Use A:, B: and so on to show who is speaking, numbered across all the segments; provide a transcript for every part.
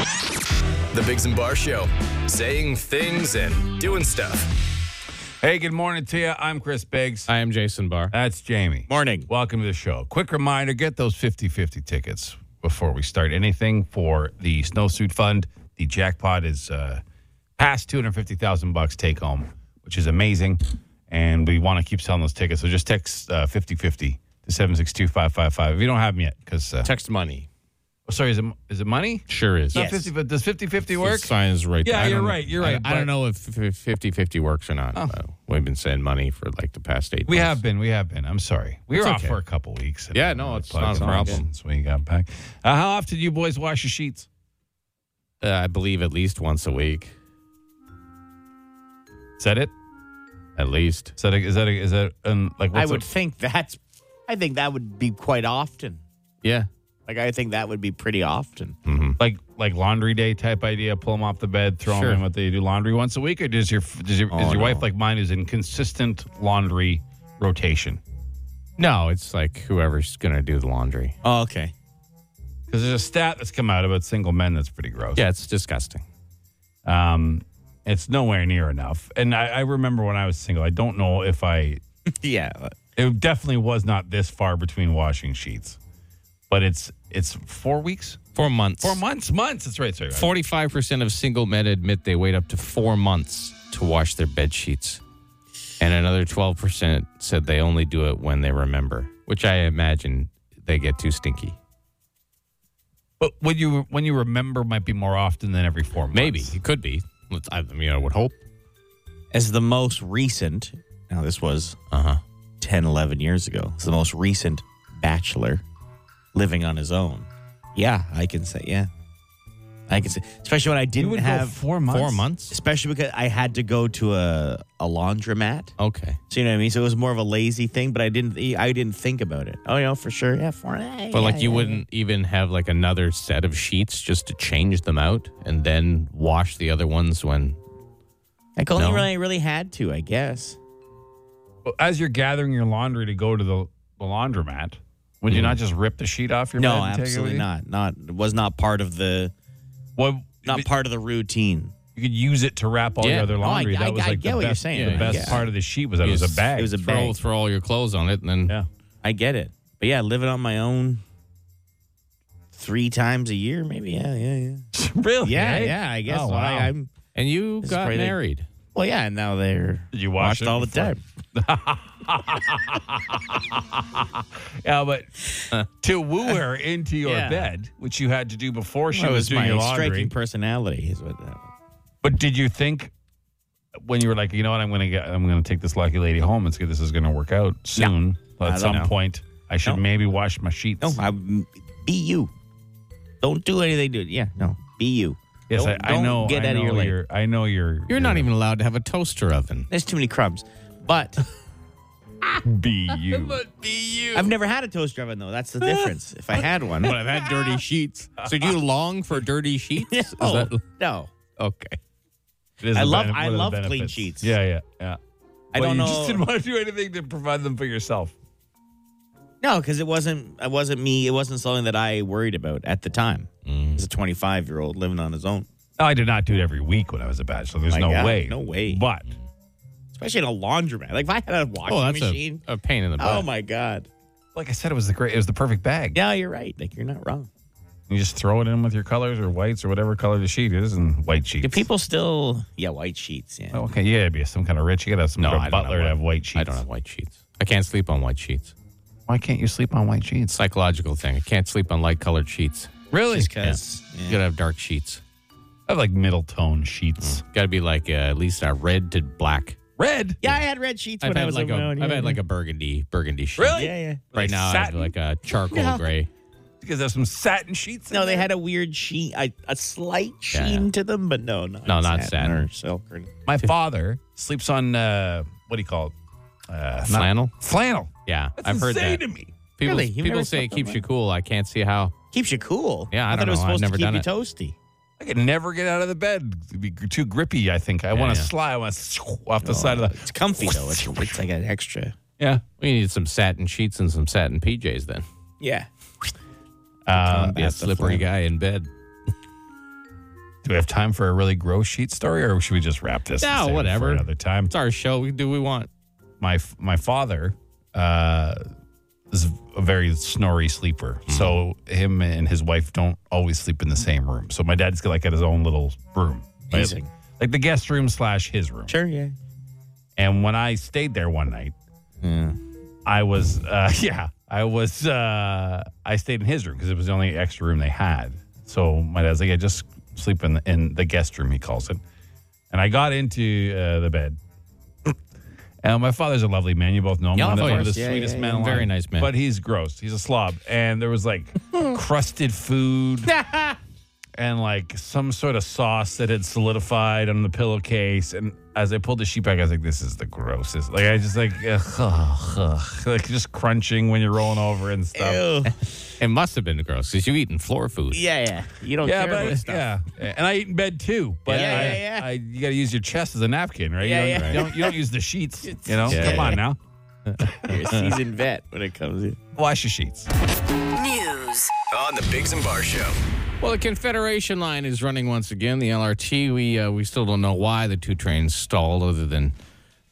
A: The Biggs and Bar Show, saying things and doing stuff.
B: Hey, good morning to you. I'm Chris Biggs.
C: I am Jason Barr.
B: That's Jamie.
C: Morning.
B: Welcome to the show. Quick reminder get those 50 50 tickets before we start anything for the Snowsuit Fund. The jackpot is uh, past 250000 bucks take home, which is amazing. And we want to keep selling those tickets. So just text 50 50 to 762 555 if you don't have them yet. Because, uh,
C: Text money.
B: oh, sorry, is it, is it money?
C: Sure is.
B: Not 50, but does 50 50 work?
C: sign is right.
B: Yeah,
C: I don't
B: you're
C: know-
B: right, you're
C: I-
B: right,
C: I,
B: but- Oh.
C: don't know if 50-50 works or not. but We've been saying money for like the past eight
B: We
C: months.
B: have been. We have been. I'm sorry. We were
C: It's
B: off
C: okay.
B: for a couple weeks.
C: Yeah, no, it's not a problem.
B: Since we got back. Uh, how often do you boys wash your sheets?
C: Uh, I believe, at least once a week.
B: Is that it?
C: At least.
B: Is that a, is that a, is that an like
D: I
B: what's
D: would
B: a,
D: think that's. I think that would be quite often.
C: Yeah.
D: Like I think that would be pretty often.
B: like like laundry day type idea? Pull them off the bed, throw
C: Sure.
B: them in. What they do laundry once a week, or does your does your, is
C: Oh,
B: your wife
C: no.
B: like mine is in consistent laundry rotation?
C: No, it's like whoever's going to do the laundry.
D: Oh, okay.
B: Because there's a stat that's come out about single men that's pretty gross.
C: Yeah, it's disgusting.
B: Um, it's nowhere near enough. And I, I remember when I was single. I don't know if I
D: Yeah.
B: It definitely was not this far between washing sheets, but it's it's four weeks,
C: Four months.
B: four months, months. That's right, sorry. Four.
C: 45% of single men admit they wait up to four months to wash their bed sheets. And another 12% said they only do it when they remember, which I imagine they get too stinky.
B: But when you when you remember, might be more often than every four months.
C: Maybe it could be. Let's- I mean, I would hope.
D: As the most recent. Now this was uh 10, 11 years ago. It's the most recent bachelor living on his own. Yeah, I can say yeah. I can say, especially when I
B: you
D: didn't
B: would
D: have
B: have four months.
C: Four months.
D: Especially because I had to go to a a laundromat.
C: Okay.
D: So you know what I mean. So it was more of a lazy thing, but I didn't. I didn't think about it. Oh, you know, for sure. Yeah, for.
C: But like, you wouldn't even have like another set of sheets just to change them out and then wash the other ones when.
D: Like only
C: No.
D: when I really had to, I guess.
B: Well, As you're gathering your laundry to go to the, the laundromat, would you not just rip the sheet off your bed?
D: No,
B: and take it with
D: absolutely
B: you?
D: not. Not it was not part of the
B: What
D: not part of the routine.
B: you could use it to wrap all
C: Yeah.
B: your other
C: No,
D: I-
B: laundry.
D: I-
B: that was
D: I
B: like
D: get
B: the
D: what you're
B: best,
D: saying.
B: The
C: Yeah,
B: best
D: yeah.
B: part of the sheet was that it was a
C: Yes.
B: bag.
D: It was a
C: Throw,
D: bag.
C: throw all your clothes on it and then.
B: yeah.
D: I get it. But yeah, living on my own three times a year, maybe. Yeah, yeah, yeah.
B: really?
D: Yeah,
B: eh?
D: yeah. I guess.
B: Oh,
D: so. I,
B: wow.
D: am
C: And you
D: This is
C: got
D: pretty-
C: married.
D: Well, yeah. And now they're
B: Did you wash it
D: all the
B: before?
D: time.
B: Yeah, but
D: Uh.
B: to woo her into your
C: Yeah.
B: bed, which you had to do before she
D: That
B: was,
D: was
B: doing
D: my
B: your laundry.
D: striking personality. Is what uh, that.
B: But did you think when you were like, you know what, I'm gonna get, I'm gonna take this lucky lady home. It's good. This is gonna work out soon.
D: I
B: At some
D: don't know.
B: point, I should
D: No.
B: maybe wash my sheets.
D: No, I be you. Don't do anything to it. Yeah, no, be you.
B: yes,
D: don't,
B: I, I
D: don't
B: know.
D: Get
B: I
D: out
B: know
D: of your lane.
B: you're- I know you're.
C: You're not even allowed to have a toaster oven.
D: There's too many crumbs. But
B: be you.
D: I've never had a toaster oven though. That's the
C: Eh,
D: difference. If I had one,
C: But I've had dirty sheets. So do you long for dirty sheets? Is
D: no,
C: that-
D: Oh, no.
C: okay.
B: It is
D: I
B: a
D: love-
B: bene-
D: I
B: one of the
D: love clean
B: benefits.
D: sheets.
B: Yeah, yeah, yeah.
D: I
B: Well,
D: don't
B: you
D: know.
B: just didn't want to do anything to provide them for yourself.
D: No, because it wasn't. It wasn't me. It wasn't something that I worried about at the time.
C: Mm.
D: As a 25 year old living on his own,
B: No, I did not do it every week when I was a bachelor. There's
D: My
B: no
D: God,
B: way.
D: no way.
B: But
D: especially in a laundromat. Like if I had a washing
C: Oh, that's a,
D: machine.
C: a pain in the butt.
D: oh my god.
B: like I said, it was the great. It was the perfect bag.
D: Yeah, you're right. Like you're not wrong.
B: You just throw it in with your colors or whites or whatever color the sheet is, and white sheets.
D: Do people still? Yeah, white sheets. Yeah.
B: Oh, okay, yeah, it'd be some kind of rich. You gotta have some
C: No,
B: kind
C: I
B: of
C: don't
B: butler
C: have
B: to
C: white-
B: have white sheets.
C: I don't have white sheets. I can't sleep on white sheets.
B: Why can't you sleep on white sheets?
C: Psychological thing. I can't sleep on light colored sheets.
B: Really?
D: Just 'cause,
C: You
D: yeah.
C: gotta have dark sheets.
B: I have like middle tone sheets.
C: Gotta be like uh, at least a red to black.
B: Red.
D: Yeah, I had red sheets
C: I've
D: when I
C: had
D: was
C: like a,
D: on my own.
C: have
D: yeah,
C: had
D: yeah.
C: like a burgundy burgundy sheet.
B: Really?
D: Yeah, yeah.
C: Right
B: Like
C: now
B: satin?
C: I have like a charcoal
D: No.
C: gray.
B: Because there's some satin sheets. in
D: No, they
B: there?
D: had a weird sheen, a, a slight
C: Yeah.
D: sheen to them, but no, not
C: No, not satin.
D: or silk. Or,
B: My father sleeps on uh, what do you call it? Uh, not-
C: Flannel?
B: flannel.
C: Yeah,
B: That's
C: I've heard
B: insane
C: that.
B: to me.
C: People,
D: Really? You've
C: people
D: never
C: say it
D: slept on
C: keeps
D: that?
C: you cool. I can't see how.
D: keeps you cool.
C: Yeah, I
D: thought
C: don't
D: it was
C: know. I've
D: supposed
C: never
D: to keep
C: done
D: you
C: it.
D: toasty.
B: I could never get out of the bed. It'd be too grippy. I think I want to
C: yeah.
B: slide. I want to off the side of
D: It's
B: the.
D: comfy though. It's, it's like an extra.
C: Yeah, we need some satin sheets and some satin PJs then.
D: Yeah.
B: Um,
C: Be a
D: Uh, That's the
C: slippery
D: flannel.
C: guy in bed.
B: Do we have time for a really gross sheet story, or should we just wrap this? and
C: No,
B: save it for
C: whatever.
B: another time.
C: It's our show. We can do what we want.
B: my my father uh, is a very snory sleeper,
C: Mm-hmm.
B: so him and his wife don't always sleep in the same room. So my dad's got like at his own little room, right?
D: Amazing.
B: like the guest room slash his room.
D: Sure, yeah.
B: And when I stayed there one night,
C: Hmm.
B: I was uh, yeah, I was uh, I stayed in his room because it was the only extra room they had. So my dad's like, yeah, just sleep in the, in the guest room, he calls it. And I got into uh, the bed. And my father's a lovely man. You both know him.
C: Yeah,
B: one of the,
C: of
B: one of the
C: course. Yeah,
B: sweetest
C: yeah,
B: men
C: yeah.
B: alive.
C: Very nice man.
B: But he's gross. He's a slob. And there was like crusted food and like some sort of sauce that had solidified on the pillowcase. And as I pulled the sheet back, I was like, "This is the grossest." Like I just like, ugh, ugh, ugh. like just crunching when you're rolling over and stuff.
C: It must have been gross because you eating floor food.
D: Yeah, yeah. You don't
B: Yeah,
D: care about
B: but
D: stuff.
B: yeah, and I eat in bed too. But
D: Yeah,
B: I,
D: yeah, yeah.
B: I, you got to use your chest as a napkin, right?
D: Yeah,
B: you, don't,
D: yeah.
B: you, don't, you don't use the sheets. You know,
C: Yeah,
B: come
C: yeah,
B: on now,
D: You're a seasoned vet when it comes in.
B: wash your sheets.
E: News.
A: On the Biggs and Bar Show.
C: Well, the Confederation line is running once again. The LRT, we uh, we still don't know why the two trains stalled, other than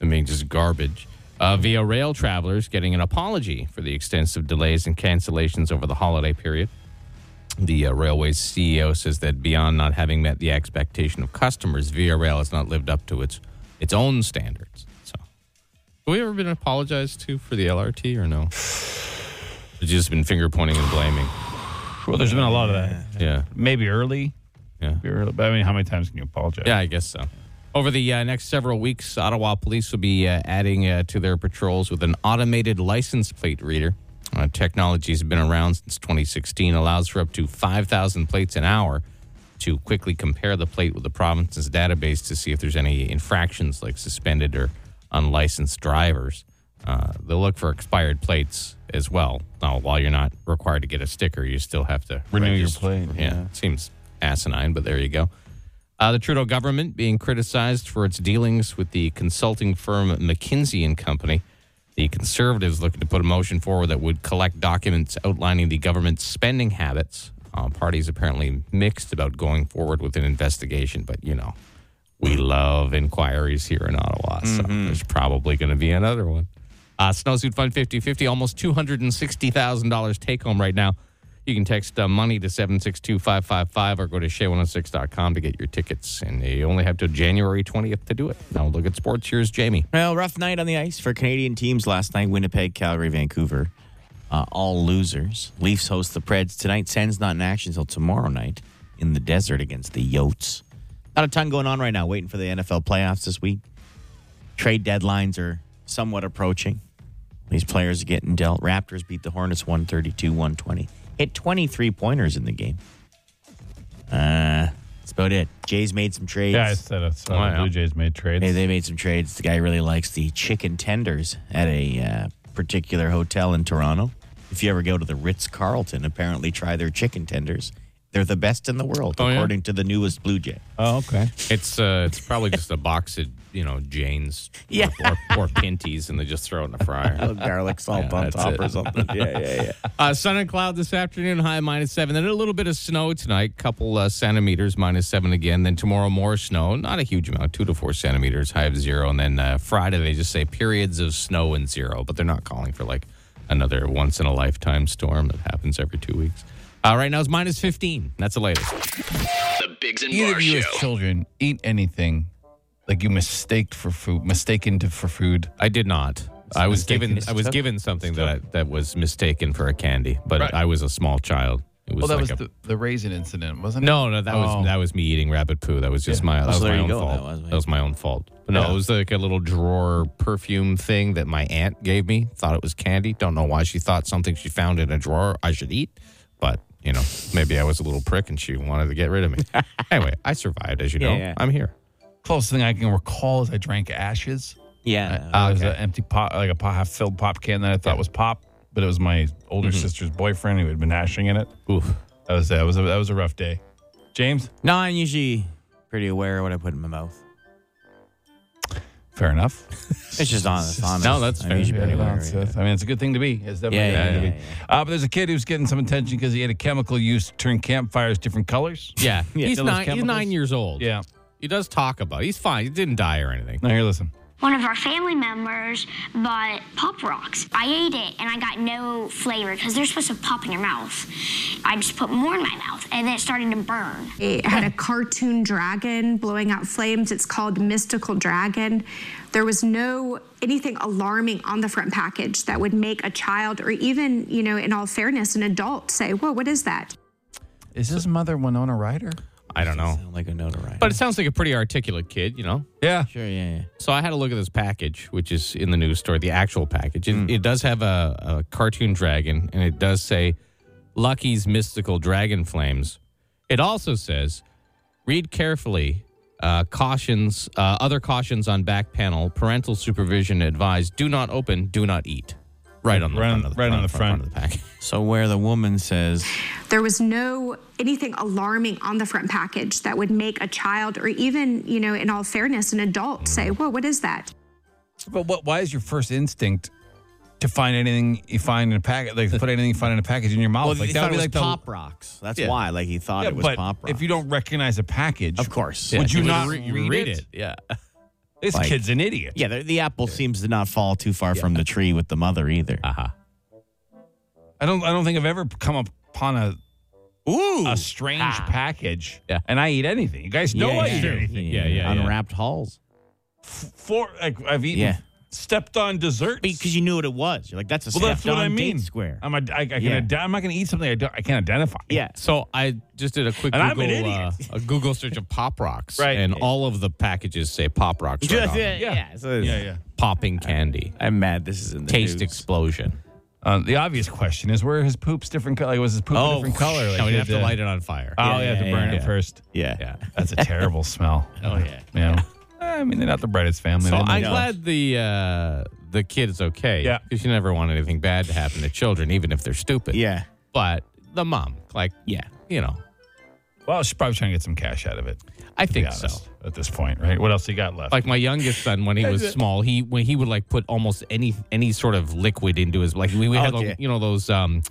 C: them being just garbage. Uh, via rail travelers getting an apology for the extensive delays and cancellations over the holiday period. The uh, railway's CEO says that beyond not having met the expectation of customers, Via Rail has not lived up to its its own standards. So, have we ever been apologized to for the LRT or no? It's just been finger pointing and blaming.
B: Well, there's been a lot of that.
C: Yeah,
B: Maybe early.
C: yeah.
B: Maybe early. But I mean, how many times can you apologize?
C: Yeah, I guess so. Over the uh, next several weeks, Ottawa police will be uh, adding uh, to their patrols with an automated license plate reader. Uh, technology has been around since 2016, allows for up to 5,000 plates an hour to quickly compare the plate with the province's database to see if there's any infractions like suspended or unlicensed drivers. Uh, they'll look for expired plates as well. Now, while you're not required to get a sticker, you still have to
B: Renew your
C: register.
B: plate,
C: yeah, it seems asinine, but there you go. Uh, the Trudeau government being criticized for its dealings with the consulting firm McKinsey and Company. The Conservatives looking to put a motion forward that would collect documents outlining the government's spending habits. Uh, parties apparently mixed about going forward with an investigation, but you know, we love inquiries here in Ottawa, so there's probably going to be another one. Uh, Snowsuit Fund 5050, almost $260,000 take home right now. You can text uh, money to 762-555 or go to shay106.com to get your tickets. And you only have till January 20th to do it. Now look at sports. Here's Jamie.
D: Well, rough night on the ice for Canadian teams last night. Winnipeg, Calgary, Vancouver, uh, all losers. Leafs host the Preds tonight. Sens not in action until tomorrow night in the desert against the Yotes. Not a ton going on right now. Waiting for the NFL playoffs this week. Trade deadlines are somewhat approaching. These players are getting dealt. Raptors beat the Hornets 132 120. Hit 23 pointers in the game. Uh, that's about it. Jays made some trades.
B: Oh, Yeah, I said it. So
C: Wow.
B: the Blue Jays made trades.
D: Hey, they made some trades. The guy really likes the chicken tenders at a uh, particular hotel in Toronto. If you ever go to the Ritz Carlton, apparently try their chicken tenders. They're the best in the world,
C: Oh, yeah?
D: according to the newest Blue Jay.
B: oh, okay.
C: It's uh, it's probably just a box of, you know, Jane's
D: Yeah.
C: or, or, or Pinties and they just throw it in the fryer.
D: Little Oh, garlic salt on
C: that's
D: top
C: it.
D: or something. Yeah, yeah, yeah.
C: Uh, sun and cloud this afternoon, high minus seven. Then a little bit of snow tonight, couple uh, centimeters, minus seven again. Then tomorrow, more snow. Not a huge amount, two to four centimeters, high of zero. And then uh, Friday, they just say periods of snow and zero, but they're not calling for like another once in a lifetime storm that happens every two weeks. Uh, right now is minus 15. That's the latest.
A: The Biggs and
B: Either
A: Bar
B: of you as
A: Show.
B: children eat anything like you mistaked for food, mistaken to, for food.
C: I did not. I was
B: mistaken.
C: given I was given something that I, that was mistaken for a candy, but
B: Right.
C: I was a small child. It was
B: Well, that
C: like
B: was
C: a,
B: the, the raisin incident, wasn't it?
C: No, no, that
B: Oh.
C: was that was me eating rabbit poo. That was just my that was
D: Oh, there
C: my
D: you
C: own
D: go.
C: fault.
D: That
C: That was,
D: was me.
C: my own fault. But no, it was like a little drawer perfume thing that my aunt gave me. Thought it was candy. Don't know why she thought something she found in a drawer I should eat. But you know, maybe I was a little prick and she wanted to get rid of me. anyway, I survived, as you know.
D: yeah.
C: I'm here.
B: Closest thing I can recall is I drank ashes.
D: Yeah.
B: Uh, it was an empty pot, like a pot, half filled pop can that I thought was pop, but it was my older sister's boyfriend who had been ashing in it.
C: Mm-hmm. Oof.
B: That was that was a, that was a rough day. James,
D: no, I'm usually pretty aware of what I put in my mouth.
B: Fair enough.
D: It's just honest. honest.
C: No, that's
D: I
C: fair.
D: mean, you should be
B: Yeah,
D: anywhere,
B: that's-
D: right?
B: that's- I mean, it's a good thing to be. It's definitely
D: Yeah,
B: a good
D: yeah,
B: thing to
D: yeah,
B: be. Uh, but there's a kid who's getting some attention because he had a chemical used to turn campfires different colors.
C: Yeah,
D: Yeah,
C: he's
D: you know those
C: nine. He's
D: chemicals?
C: nine years old.
B: Yeah.
C: he does talk about. It. He's fine. He didn't die or anything.
B: Now here, listen.
E: One of our family members bought Pop Rocks. I ate it and I got no flavor because they're supposed to pop in your mouth. I just put more in my mouth and then it started to burn.
F: It had a cartoon dragon blowing out flames. It's called Mystical Dragon. There was no anything alarming on the front package that would make a child or even, you know, in all fairness, an adult say, whoa, what is that?
B: Is his mother Winona Ryder?
C: I don't know.
D: Sound like a notoriety.
C: But it sounds like a pretty articulate kid, you know.
B: Yeah.
D: sure, yeah, yeah.
C: So I had a look at this package, which is in the news store, the actual package.
B: Hmm.
C: It, it does have a, a cartoon dragon, and it does say Lucky's Mystical Dragon Flames. It also says, read carefully. Uh, cautions, uh, other cautions on back panel. Parental supervision advised: do not open, do not eat. Right on the
B: Right on-
C: front of the,
B: right on the front.
C: of the package.
D: So where the woman says,
B: Oh,
F: There was no anything alarming on the front package that would make a child or even, you know, in all fairness, an adult say, whoa, what is that?
B: But what? Why is your first instinct to find anything you find in a packet, like to put anything you find in a package in your mouth?
D: well,
B: like
D: he "Oh, thought it was
B: the-
D: pop rocks. That's
B: Yeah.
D: why. Like he thought
B: Yeah,
D: it was
B: but
D: pop rocks.
B: if you don't recognize a package,
D: of course.
B: would you
C: would
B: not
C: re-
B: read,
C: read
B: it?
C: it? Yeah.
B: This
D: Like-
B: kid's an idiot.
D: Yeah, the, the apple seems to not fall too far from the tree with the mother either.
B: I don't. I don't think I've ever come upon a
D: Ooh.
B: a strange package.
C: Yeah.
B: And I eat anything. You guys know I eat anything.
C: Yeah, yeah, yeah.
D: Unwrapped hulls.
B: Four. Like I've eaten.
D: Yeah.
B: Stepped on desserts.
D: Because you knew what it was. You're like, that's a
B: well, that's what
D: stuffed
B: I
D: on date
B: mean.
D: square.
B: I'm a. I, I can.
D: Yeah.
B: ide- I'm not going to eat something I don't. I can't identify.
D: yeah.
C: So I just did a quick
B: And I'm an
C: Google, uh, a Google search of Pop Rocks,
B: Right.
C: And all of the packages say Pop Rocks. Right on them.
B: Yeah.
D: So
B: Yeah. Yeah.
C: Popping candy,
D: I'm mad this is in the
C: taste
D: news.
C: explosion.
B: Uh, the obvious question is where are his poop's different color? Like, was his poop a different color? Like,
C: no,
B: did
C: Oh, you have to
B: the-
C: light it on fire.
B: Oh,
D: Yeah,
B: you have to
D: yeah,
B: burn
D: yeah,
B: it
D: yeah.
B: first.
D: Yeah.
C: yeah.
B: That's a terrible smell. Oh yeah. Yeah. I mean, they're not the brightest family.
C: So
B: They
C: I'm
B: know.
C: glad the uh, the kid is okay.
B: Yeah.
C: because you never want anything bad to happen to children, even if they're stupid.
D: Yeah.
C: but the mom, like,
D: Yeah.
C: you know,
B: Well, she's probably trying to get some cash out of it.
C: I
B: To be
C: think so.
B: honest, at this point, right? What else you got left?
C: Like my youngest son, when he was small, he when he would like put almost any any sort of liquid into his like we, we had
D: Oh,
C: like,
D: dear.
C: you know those um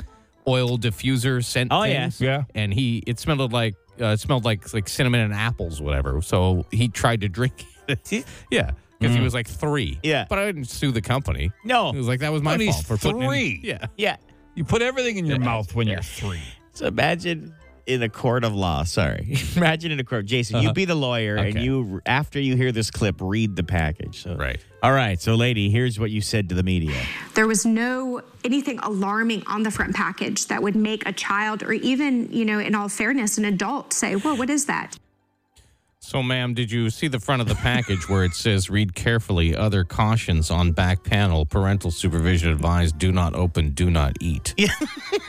C: oil diffuser scent.
D: Oh, yeah.
C: things,
B: Yeah.
C: And he it smelled like uh, it smelled like like cinnamon and apples, whatever. So he tried to drink. it. yeah, because he was like three.
D: Yeah. Oh.
C: but I didn't sue the company.
D: No.
C: it was like that was my
B: When he's
C: fault for putting in-
B: three.
C: yeah,
D: Yeah.
B: you put everything in your mouth when you're three.
D: So imagine in a court of law. Sorry. imagine in a court. Jason, you be the lawyer and
C: Okay.
D: you, after you hear this clip, read the package. So.
C: right.
D: All right. So, lady, here's what you said to the media.
F: There was no anything alarming on the front package that would make a child or even, you know, in all fairness, an adult say, whoa, what is that?
C: So, ma'am, did you see the front of the package where it says read carefully other cautions on back panel? Parental supervision advised do not open, do not eat. Yeah.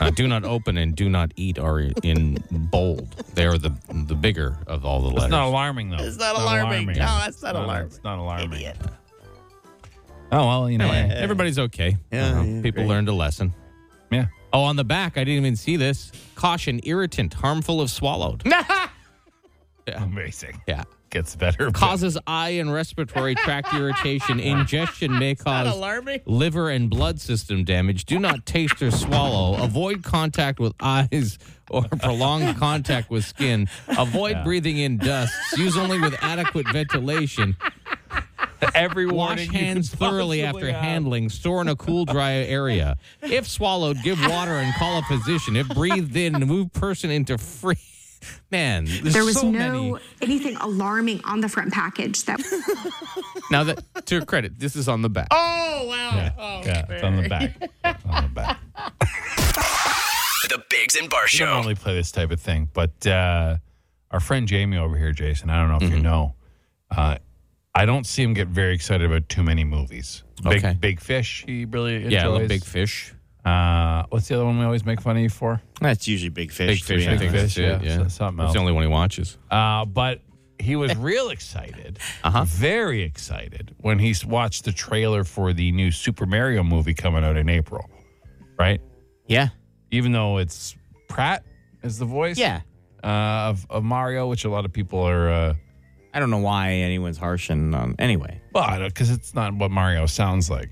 C: uh, do not open and do not eat are in bold. They're the the bigger of all the letters.
B: It's not alarming though. It's
D: not alarming. No, that's not alarming.
B: It's not alarming. Oh well, you know. eh,
C: Everybody's okay.
D: Yeah, yeah,
C: people
D: great.
C: learned a lesson.
B: Yeah.
C: Oh, on the back, I didn't even see this. Caution irritant, harmful if swallowed.
B: Amazing.
C: yeah.
B: Gets better.
D: Oh,
B: but-
C: Causes eye and respiratory tract irritation. Ingestion may cause
D: alarming.
C: liver and blood system damage. Do not taste or swallow. Avoid contact with eyes or prolonged contact with skin. Avoid breathing in dusts. Use only with adequate ventilation.
B: every
C: Wash
B: warning you
C: hands
B: could
C: thoroughly after
B: possibly have.
C: handling. Store in a cool, dry area. If swallowed, give water and call a physician. If breathed in, move person into free. Man, there's
F: There was
C: so
F: no
C: many.
F: anything alarming on the front package that.
C: Now that to her credit, this is on the back.
B: Oh,
D: oh,
B: Yeah, it's on the back. It's on the back.
A: The Bigs and Bar
B: We don't
A: Show.
B: normally play this type of thing, but uh, our friend Jamie over here, Jason, I don't know if
C: Mm-hmm.
B: you know, uh, I don't see him get very excited about too many movies.
C: Okay.
B: Big, big Fish, he really enjoys.
C: yeah, I love big fish.
B: Uh, what's the other one we always make fun of you for?
D: That's usually big fish.
C: Big
D: to
C: fish,
D: be
C: I
D: honest.
C: think that's
B: yeah.
C: it. Yeah,
B: So- something
C: That's
B: else.
C: the only one he watches.
B: Uh, but he was real excited, uh-huh. very excited when he s- watched the trailer for the new Super Mario movie coming out in April, right?
D: Yeah.
B: Even though it's Pratt is the voice
D: Yeah.
B: uh, of, of Mario, which a lot of people are uh,
D: I don't know why anyone's harshing on. Anyway,
B: Well, because it's not what Mario sounds like.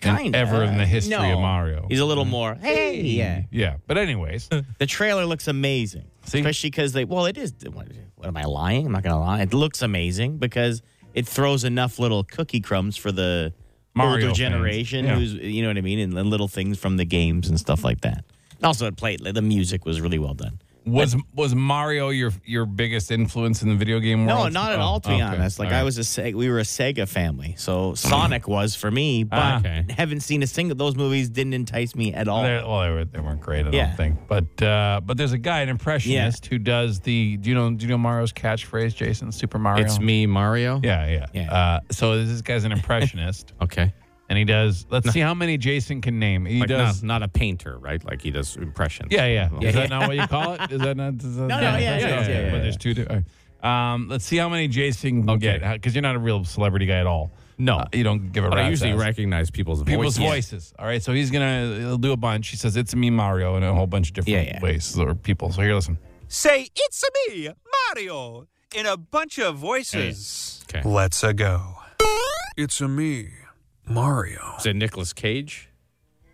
B: And
D: Kinda.
B: Ever in the history
D: No.
B: of Mario.
D: he's a little more. Hey, yeah.
B: yeah. But, anyways,
D: The trailer looks amazing,
B: See?
D: especially because they. Well, it is. What, what am I lying? I'm not gonna lie. It looks amazing because it throws enough little cookie crumbs for the
B: Mario
D: older
B: fans.
D: generation,
B: Yeah.
D: who's you know what I mean, and, and little things from the games and stuff like that. And Also, it played. The music was really well done.
B: was was Mario your your biggest influence in the video game world?
D: No, not at
B: Oh,
D: all. To be
B: okay.
D: honest, like
B: All
D: I
B: right. Mm-hmm.
D: was a Seg- we were a Sega family, so Sonic was for me. But
C: Okay.
D: haven't seen a single those movies. Didn't entice me at all.
B: Ah, They're, well, they, were, they weren't great, I
D: Yeah.
B: don't think. But uh, but there's a guy, an impressionist, who does the. Do you know? Do you know Mario's catchphrase, Jason? Super Mario.
C: It's me, Mario.
B: Yeah, yeah.
D: Yeah.
B: Uh, so this guy's an impressionist,
C: Okay.
B: and he does. Let's see how many Jason can name. He
C: Like
B: does.
C: not, not a painter, right? Like he does impressions.
B: Yeah, yeah. Is that not what you call it? Is that not? Is that
D: no, yeah, yeah, yeah, yeah,
B: But there's two. di- all right. Um, let's see how many Jason can get because you're not a real celebrity guy at all.
C: No.
B: Uh, you don't give a.
C: But I
B: rat's
C: usually
B: ass.
C: recognize people's,
B: people's
C: voices.
B: voices. All right, so he's gonna he'll do a bunch. He says it's me Mario in a whole bunch of different
D: Yeah, yeah.
B: ways or people. So here, listen.
G: Say, it's me, Mario, in a bunch of voices.
C: Okay.
G: Let's a go. It's a me, Mario.
C: Is it Nicolas Cage?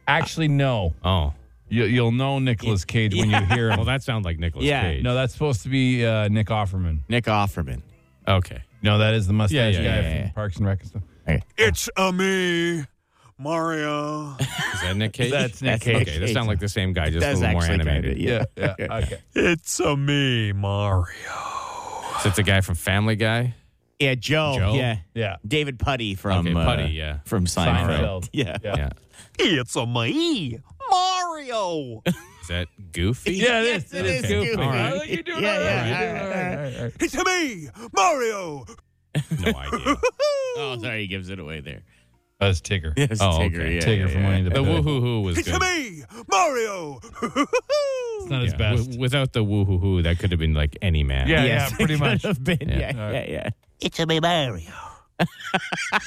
B: Actually, no.
C: Oh.
B: You, you'll know Nicolas Cage when you hear
C: Well,
B: him.
C: that sounds like Nicolas
D: Yeah.
C: Cage.
B: No, that's supposed to be uh, Nick Offerman.
D: Nick Offerman.
C: Okay.
B: No, that is the mustache
C: Yeah, yeah,
B: guy
C: yeah,
B: from
D: yeah.
B: Parks and Rec and stuff.
G: It's a me, Mario.
C: Is that Nick Cage?
B: That's Nick
D: Nick
B: Cage.
C: Okay, that sounds like the same guy, just
D: That's
C: a little more
D: actually kinda-
C: animated.
D: yeah.
B: Yeah, yeah. Okay.
G: it's a me, Mario.
C: So it's a guy from Family Guy.
D: Yeah, Joe.
C: Joe?
D: Yeah,
B: Yeah.
D: David Putty from
C: Okay,
D: uh,
C: Putty, yeah.
D: from Seinfeld.
B: Seinfeld.
D: Yeah.
B: Yeah.
C: Yeah.
G: It's a me, Mario.
C: Is that Goofy?
B: Yeah, it
D: Yes,
B: is.
D: it
B: It
D: is
B: is goofy.
D: goofy.
B: All right. I think you're doing
D: Yeah,
B: all right.
D: yeah,
B: You're doing
D: all right,
B: all right, all right.
G: It's a me, Mario.
C: No idea.
D: Oh, sorry, he gives it away there.
B: That's Tigger.
D: Yes,
C: Oh,
D: Tigger,
C: okay.
D: yeah,
B: Tigger
D: yeah,
B: from
D: yeah.
B: Winnie the
C: The
B: Pooh.
C: woohoo was
G: It's
C: good.
G: a me, Mario.
B: It's not his
C: Yeah.
B: best.
C: W- without the woohoo, that could have been like any man.
B: yeah,
D: Yes,
B: yeah, pretty
D: it
B: much.
D: could have been. Yeah,
C: Yeah.
D: yeah, yeah.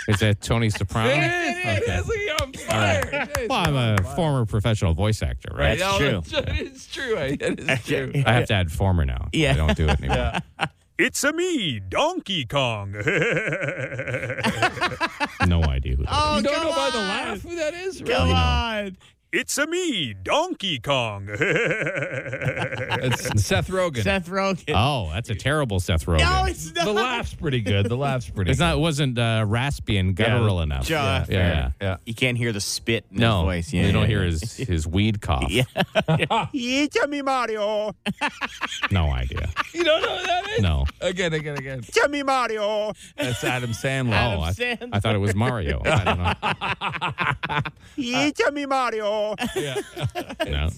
C: Is that Tony Soprano?
B: It is. Look at you, I'm fired. Jeez.
C: Well, I'm a former professional voice actor, right?
D: That's
B: No,
D: true.
B: It's true. I- It is true.
C: I have to add former now.
D: Yeah.
C: I don't do it anymore.
G: It's a me, Donkey Kong.
C: No idea who that is.
B: You don't know by the laugh who that is? Really?
D: Oh, Come on.
G: it's a me, Donkey Kong.
B: It's Seth Rogen.
D: Seth Rogen.
C: Oh, that's a terrible Seth Rogen.
D: no, it's not.
B: the laugh's pretty good. The laugh's pretty
C: It's
B: good.
C: not. It wasn't uh, raspy and guttural enough.
D: Sure,
C: yeah,
D: fair.
C: yeah.
B: Yeah.
D: You can't hear the spit in
C: Uh, No,
D: his voice. Yeah,
C: you don't
D: yeah,
C: hear
D: yeah.
C: his his weed cough.
D: Yeah.
G: it's a me, Mario.
C: No idea.
B: You don't know who that is?
C: No.
B: Again, again, again.
G: It's a me, Mario.
B: That's Adam Sandler.
C: oh, I,
D: Sandler.
C: I thought it was Mario. I don't know.
G: It's a me, Mario.
C: No.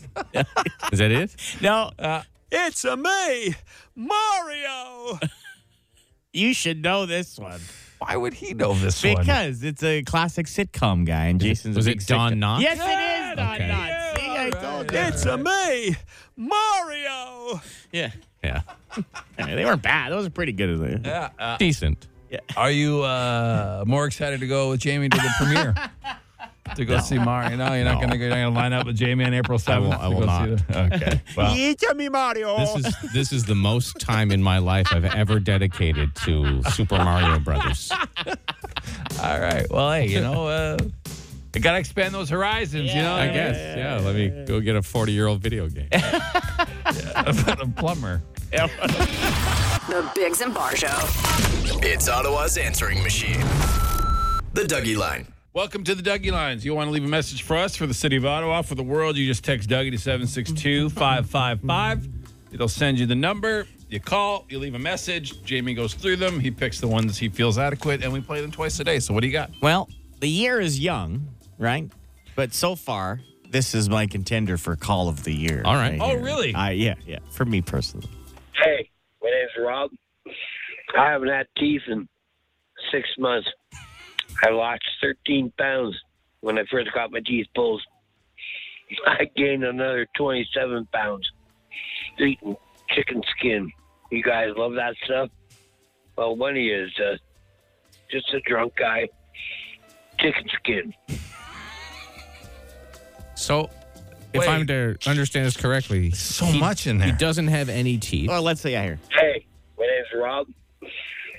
C: Is that it?
D: No, uh,
G: It's a me, Mario.
D: you should know this one
B: Why would he know this one?
D: because it's a classic sitcom guy, and Jason's.
C: Was
D: a big
C: it Don
D: sitcom-
C: Knotts?
D: Yes, it is Don
C: Okay.
D: Knotts. See, I told you.
G: It's a me, Mario.
D: Yeah.
C: Yeah.
D: Yeah, they weren't bad. Those are pretty good. Isn't they?
C: Decent.
B: Are you uh, more excited to go with Jamie to the premiere? To go see Mario? No, you're not
C: No.
B: going to go. You're not going to line up with Jamie on April 7th.
C: will- I will not.
B: Okay. Well,
G: It's a me, Mario.
C: This is this is the most time in my life I've ever dedicated to Super Mario Brothers.
B: all right. Well, hey, you know, uh, you got to expand those horizons, you know?
C: I guess. Yeah. Let me go get a forty-year-old video game.
B: About a plumber.
H: The Bigs and Bar Show.
A: It's Ottawa's answering machine. The Dougie Line.
B: Welcome to the Dougie Lines. You want to leave a message for us, for the city of Ottawa, for the world, you just text Dougie to 762 555. It'll send you the number. You call, you leave a message. Jamie goes through them. He picks the ones he feels adequate, and we play them twice a day. So, what do you got?
D: Well, the year is young, right? But so far, this is my contender for call of the year.
C: All right.
B: Oh,
D: here.
B: really?
D: I, yeah, yeah. For me personally.
I: Hey, my name's Rob. I haven't had teeth in six months. I lost 13 pounds when I first got my teeth pulled. I gained another 27 pounds eating chicken skin. You guys love that stuff? Well, one of you is uh, just a drunk guy. Chicken skin.
C: So, if I'm to understand this correctly, Oh,
B: So much in
C: he doesn't have any teeth.
D: Well, let's say I hear.
I: Hey, my name's Rob.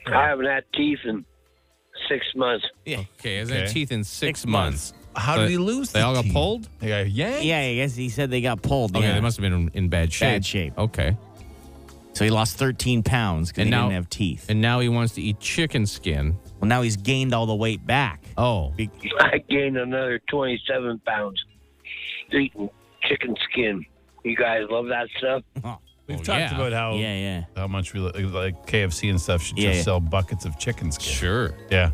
I: I haven't had teeth in six months.
C: Okay, has okay.
B: Okay.
C: teeth in six, months.
B: How
C: But
B: did he lose?
C: They
B: the
C: all got
B: team?
C: pulled.
B: They got yanked.
D: Yeah, I guess he said they got pulled.
C: Okay,
D: yeah.
C: they must have been in, in bad shape.
D: Bad shape.
C: Okay,
D: so he lost 13 pounds because
C: And
D: he
C: now-
D: didn't have teeth.
C: and now he wants to eat chicken skin.
D: well, now he's gained all the weight back.
C: Oh,
D: Be-
I: I gained another 27 pounds eating chicken skin. You guys love that stuff?
B: We've
C: Well,
B: talked
C: Oh. yeah.
B: about how
D: yeah, yeah.
B: how much we li- like KFC and stuff should
D: Yeah,
B: just
D: yeah.
B: sell buckets of chicken skin.
C: sure.
B: Yeah.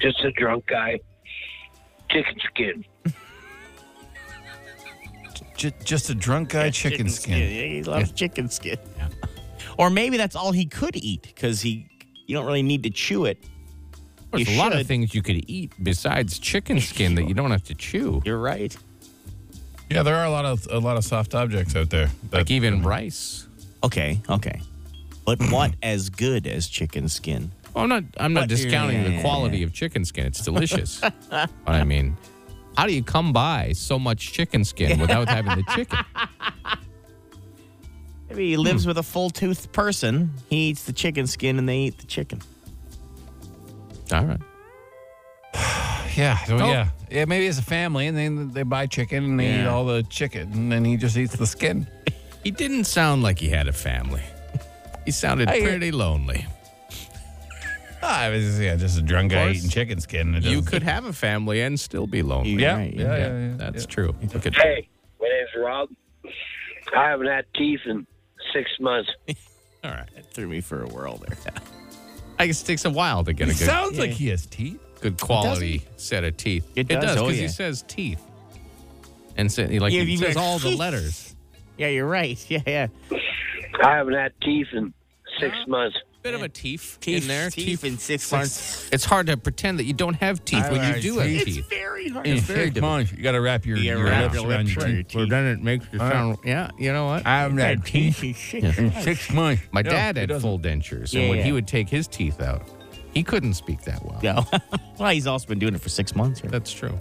I: Just a drunk guy. Chicken skin.
B: J- just a drunk guy, chicken, skin.
D: Yeah, he loves chicken skin. Or maybe that's all he could eat because he you don't really need to chew it.
C: There's
D: You
C: a lot of
D: should.
C: things you could eat besides chicken skin that you don't have to chew,
D: You're right.
B: Yeah, there are a lot of a lot of soft objects out there.
C: like even
D: Mm-hmm.
C: rice.
D: Okay, okay. But what as good as chicken skin?
C: Well, I'm not. I'm not
D: But-
C: discounting
D: Yeah, yeah,
C: the quality of chicken skin. It's delicious. but I mean, how do you come by so much chicken skin without having the chicken?
D: Maybe he lives
C: Hmm.
D: with a full toothed person. He eats the chicken skin and they eat the chicken.
C: All right.
B: yeah, so,
C: Oh.
B: yeah, yeah. Maybe it's a family, and then they buy chicken and they eat
D: Yeah.
B: all the chicken, and then he just eats the skin.
C: He didn't sound like he had a family. He sounded pretty lonely.
B: Ah, it was just, yeah, just a drunk guy
C: course.
B: eating chicken skin. It
C: You
B: doesn't-
C: could have a family and still be lonely.
B: yeah,
D: Right,
B: yeah, yeah, yeah,
C: That's
B: yeah.
C: true. Look at
I: Hey, my name's Rob. I haven't had teeth in six months.
C: All right.
D: That threw me for a whirl there.
C: I guess it takes a while to get
B: He
C: a good,
B: sounds like he has teeth.
C: good quality set of teeth.
D: It does,
C: because
D: oh, yeah.
C: he says teeth, and so, he, like
D: Yeah,
C: he
D: you
C: says
D: go,
C: all the letters.
D: Yeah, you're right. Yeah, yeah.
I: I haven't had teeth in six months.
C: Bit of a teeth, in there.
D: Teeth in six months.
C: It's hard to pretend that you don't have teeth when you
B: Eyelash
C: do have
B: teeth.
D: It's
C: teeth.
D: very hard.
B: It's very difficult. You got to wrap your,
D: Yeah,
B: your
D: wrap
B: lips
D: your
B: around
D: lips
B: your
D: around your
B: teeth.
D: teeth. Well,
C: then it makes you
B: sound-
C: Yeah, you know what?
B: I haven't had teeth. Six months.
C: My
B: No,
C: dad
B: it
C: had
B: doesn't.
C: full dentures,
D: Yeah,
C: and when
D: yeah.
C: he would take his teeth out, he couldn't speak that well.
D: No. well, he's also been doing it for six months. Right?
C: That's true.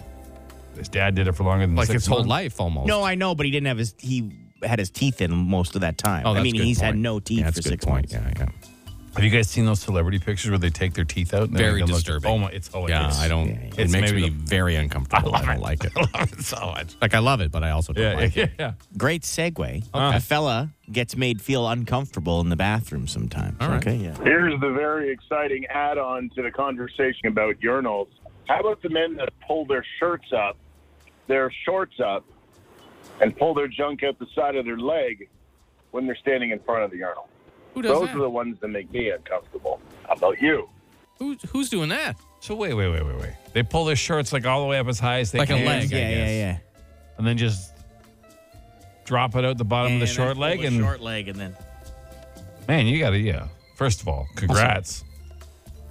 B: His dad did it for longer than
C: Like
B: six
C: his whole
B: months.
C: life almost.
D: No, I know, but he didn't have his. He had his teeth in most of that time.
C: Oh, that's
D: I mean,
C: a good
D: he's had
C: point.
D: no teeth
C: Yeah, that's
D: for
C: a good
D: six
C: point.
D: months.
C: Yeah, yeah.
B: Have you guys seen those celebrity pictures where they take their teeth out? And they
C: Very
B: make them look-
C: disturbing.
B: Oh my, it's hilarious.
C: Yeah, I don't. It
B: It's
C: makes
B: maybe
C: me
B: the-
C: very uncomfortable. I, don't like it.
B: love it so much. Oh
C: Like I love it, but I also don't
B: Yeah,
C: like
B: yeah,
C: it.
B: yeah.
D: Great segue. A fella gets made feel uncomfortable in the bathroom sometimes.
C: All right.
D: Okay, yeah.
J: Here's the very exciting add on to the conversation about urinals. How about the men that pull their shirts up, their shorts up, and pull their junk out the side of their leg when they're standing in front of the urinal?
C: Who does
J: Those
C: that?
J: are the ones that make me uncomfortable. How about you?
C: Who's who's doing that?
B: So wait, wait, wait, wait, wait. They pull their shirts like all the way up as high as they
C: Like a
B: can,
C: leg,
D: yeah, yeah, yeah.
B: and then just drop it out the bottom of the
D: And I
B: short
D: pull
B: leg.
D: the
B: And
D: short leg, and then
B: man, you gotta, yeah. First of all, congrats.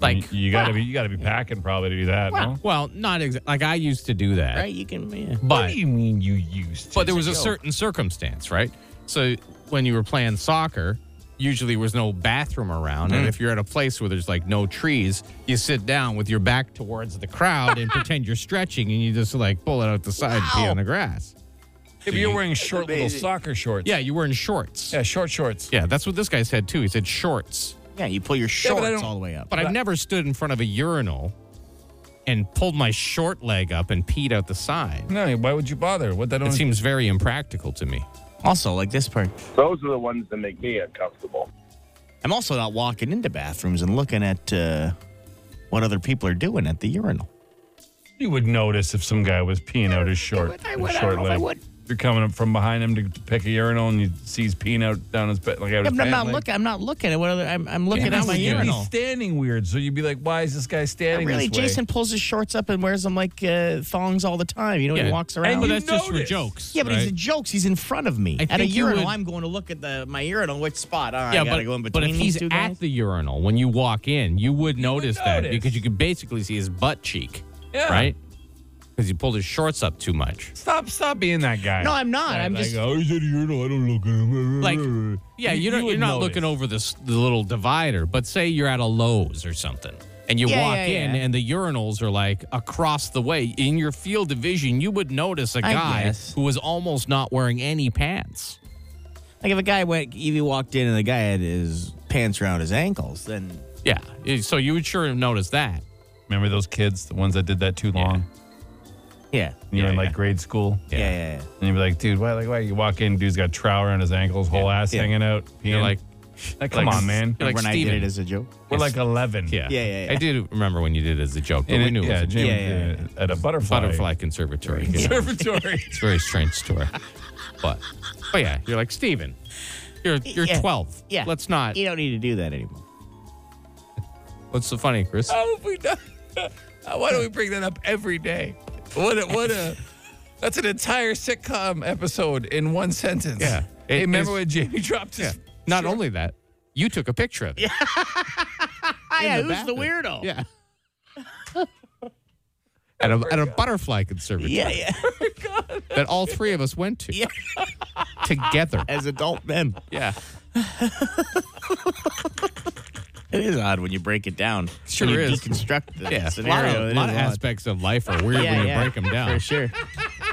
C: Like
B: you, you gotta be, you gotta be packing probably to do that. no?
C: well, not exactly. Like I used to do that,
D: right, you can. Yeah.
B: what
C: but
B: do you mean you used? to?
C: but there was a
B: It's
C: certain circumstance, right? So when you were playing soccer, usually there was no bathroom around, and if you're at a place where there's like no trees, you sit down with your back towards the crowd and pretend you're stretching, and you just like pull it out the side and pee on the grass.
B: If you're wearing short little soccer shorts,
C: Yeah, you were in shorts.
B: yeah, short shorts.
C: Yeah, that's what this guy said too. He said shorts.
D: Yeah, you pull your shorts
B: don't-
D: all the way up.
C: But I've never stood in front of a urinal and pulled my short leg up and peed out the side.
B: No, why would you bother? What that
C: It
B: don't
C: seems very impractical to me.
D: also, like this part,
J: Those are the ones that make me uncomfortable.
D: I'm also not walking into bathrooms and looking at uh, what other people are doing at the urinal.
B: You would notice if some guy was peeing out his short,
D: I would.
B: his
D: I
B: short
D: don't know if
B: leg.
D: I would.
B: You're coming up from behind him to pick a urinal, and you see he's peeing out down his bed. Like out
D: Yeah,
B: his
D: but I'm
B: pant
D: not
B: leg.
D: looking. I'm not looking at what other. I'm, I'm looking
C: Yeah,
D: at my
C: but you'd be
B: He'd
D: urinal.
B: be standing weird, so you'd be like, "Why is this guy standing
D: really,
B: this way?"
D: Jason pulls his shorts up and wears them like uh, thongs all the time. You know, he walks around.
C: But
B: you
C: that's just for
B: notice.
C: jokes.
D: yeah, but
C: right?
D: he's a jokes. He's in front of me
C: I
D: at a
C: think you
D: urinal.
C: would-
D: I'm going to look at the my urinal. Which spot? Ah, I
C: yeah,
D: gotta
C: but,
D: go in between
C: but if
D: these
C: he's
D: two
C: at
D: guys.
C: the urinal when you walk in, you would notice that
B: notice.
C: because you could basically see his butt cheek,
B: Yeah.
C: right? Because he pulled his shorts up too much.
B: Stop! Stop being that guy.
D: No, I'm not.
B: Right,
D: I'm
B: like,
D: just.
B: Oh, he's at a urinal. I don't look at him.
C: Like, yeah, you, don't,
B: would
C: you're not
B: notice.
C: looking over this the little divider, but say you're at a Lowe's or something, and you
D: Yeah,
C: walk
D: yeah,
C: in,
D: yeah.
C: and the urinals are like across the way in your field of vision. You would notice a
D: I
C: guy
D: guess.
C: who was almost not wearing any pants.
D: Like if a guy went, if he walked in and the guy had his pants around his ankles, then
C: Yeah. Eh, So you would sure have noticed that.
B: Remember those kids, the ones that did that too long?
D: Yeah.
B: You were in like grade school?
D: Yeah. yeah, yeah.
B: And you'd be like, dude, why, like, why? You walk in, dude's got trowel around his ankles, whole ass
D: Yeah.
B: hanging out.
C: You're
B: peeing.
C: like,
B: like come
C: like-
B: on, man.
C: You're like
D: when I
C: Steven.
D: did it as a joke.
B: We're like 11.
C: Yeah.
D: Yeah, yeah, yeah.
C: I do remember when you did it as a joke, but
B: And
C: we
B: it-
C: knew it
B: yeah,
C: was a
B: James,
D: joke. Yeah, yeah,
B: uh, At a butterfly.
C: butterfly conservatory. you know.
B: Conservatory.
C: It's a very strange story. But but yeah, you're like Steven. You're you're
D: Yeah.
C: 12.
D: Yeah.
C: Let's not.
D: You don't need to do that anymore.
C: What's so funny, Chris?
D: Oh.
B: How have we done? Why do we bring that up every day? What a, what a. That's an entire sitcom episode in one sentence.
C: Yeah.
B: Hey,
C: It
B: remember
C: is-
B: when Jamie dropped his?
C: Not only that, you took a picture of it.
D: yeah, who's
C: bathroom.
D: the weirdo?
C: Yeah. At a, at a butterfly conservatory
D: Yeah, yeah.
C: that all three of us went to
D: Yeah.
C: together.
D: As adult men.
C: Yeah.
D: It is odd when you break it down.
C: Sure
D: when you
C: is.
D: deconstruct the
C: Yeah. A lot
D: scenario.
C: of,
D: it
C: lot
D: is
C: of
D: odd.
C: aspects of life are weird when you break them down.
D: For sure.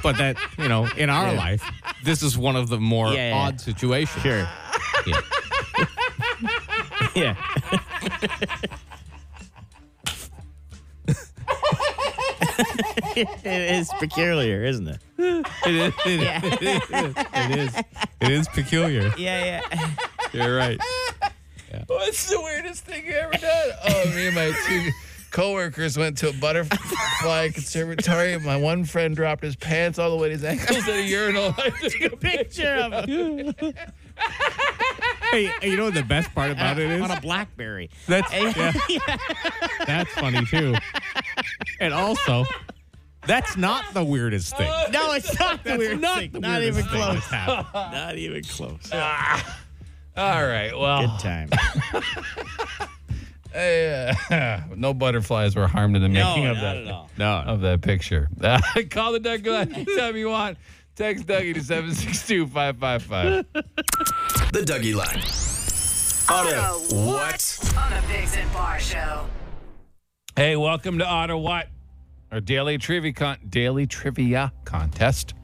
C: But that, you know, in our life, this is one of the more
D: Yeah, yeah,
C: odd
D: yeah.
C: situations.
D: Sure.
C: Yeah.
D: Yeah. it is peculiar, isn't it?
C: It is. It, is, it is. It is peculiar.
D: Yeah, yeah.
C: You're right.
B: What's the weirdest thing you ever done? Oh, me and my two coworkers went to a butterfly conservatory. and My one friend dropped his pants all the way to his ankles at a urinal. I took a
D: Picture of him
C: Hey, hey, you know what the best part about it
D: on
C: is?
D: a blackberry.
C: That's that's funny too. And also, that's not the weirdest thing.
D: No, it's not the weird
C: not
D: thing.
C: the
D: not
C: weirdest thing
D: even close. Oh,
C: that's happened.
D: Not even close.
B: All right. Well,
D: Good time.
B: eh, no butterflies were harmed in the making of
D: not
B: that.
D: at all.
C: No,
B: Of that picture. Call the Doug Glenn anytime you want. Text Dougie to 762 555.
A: The Dougie Line. On a what?
H: On the Bigs and Bar Show.
B: Hey, welcome to Otter What, our daily trivia con- daily trivia contest.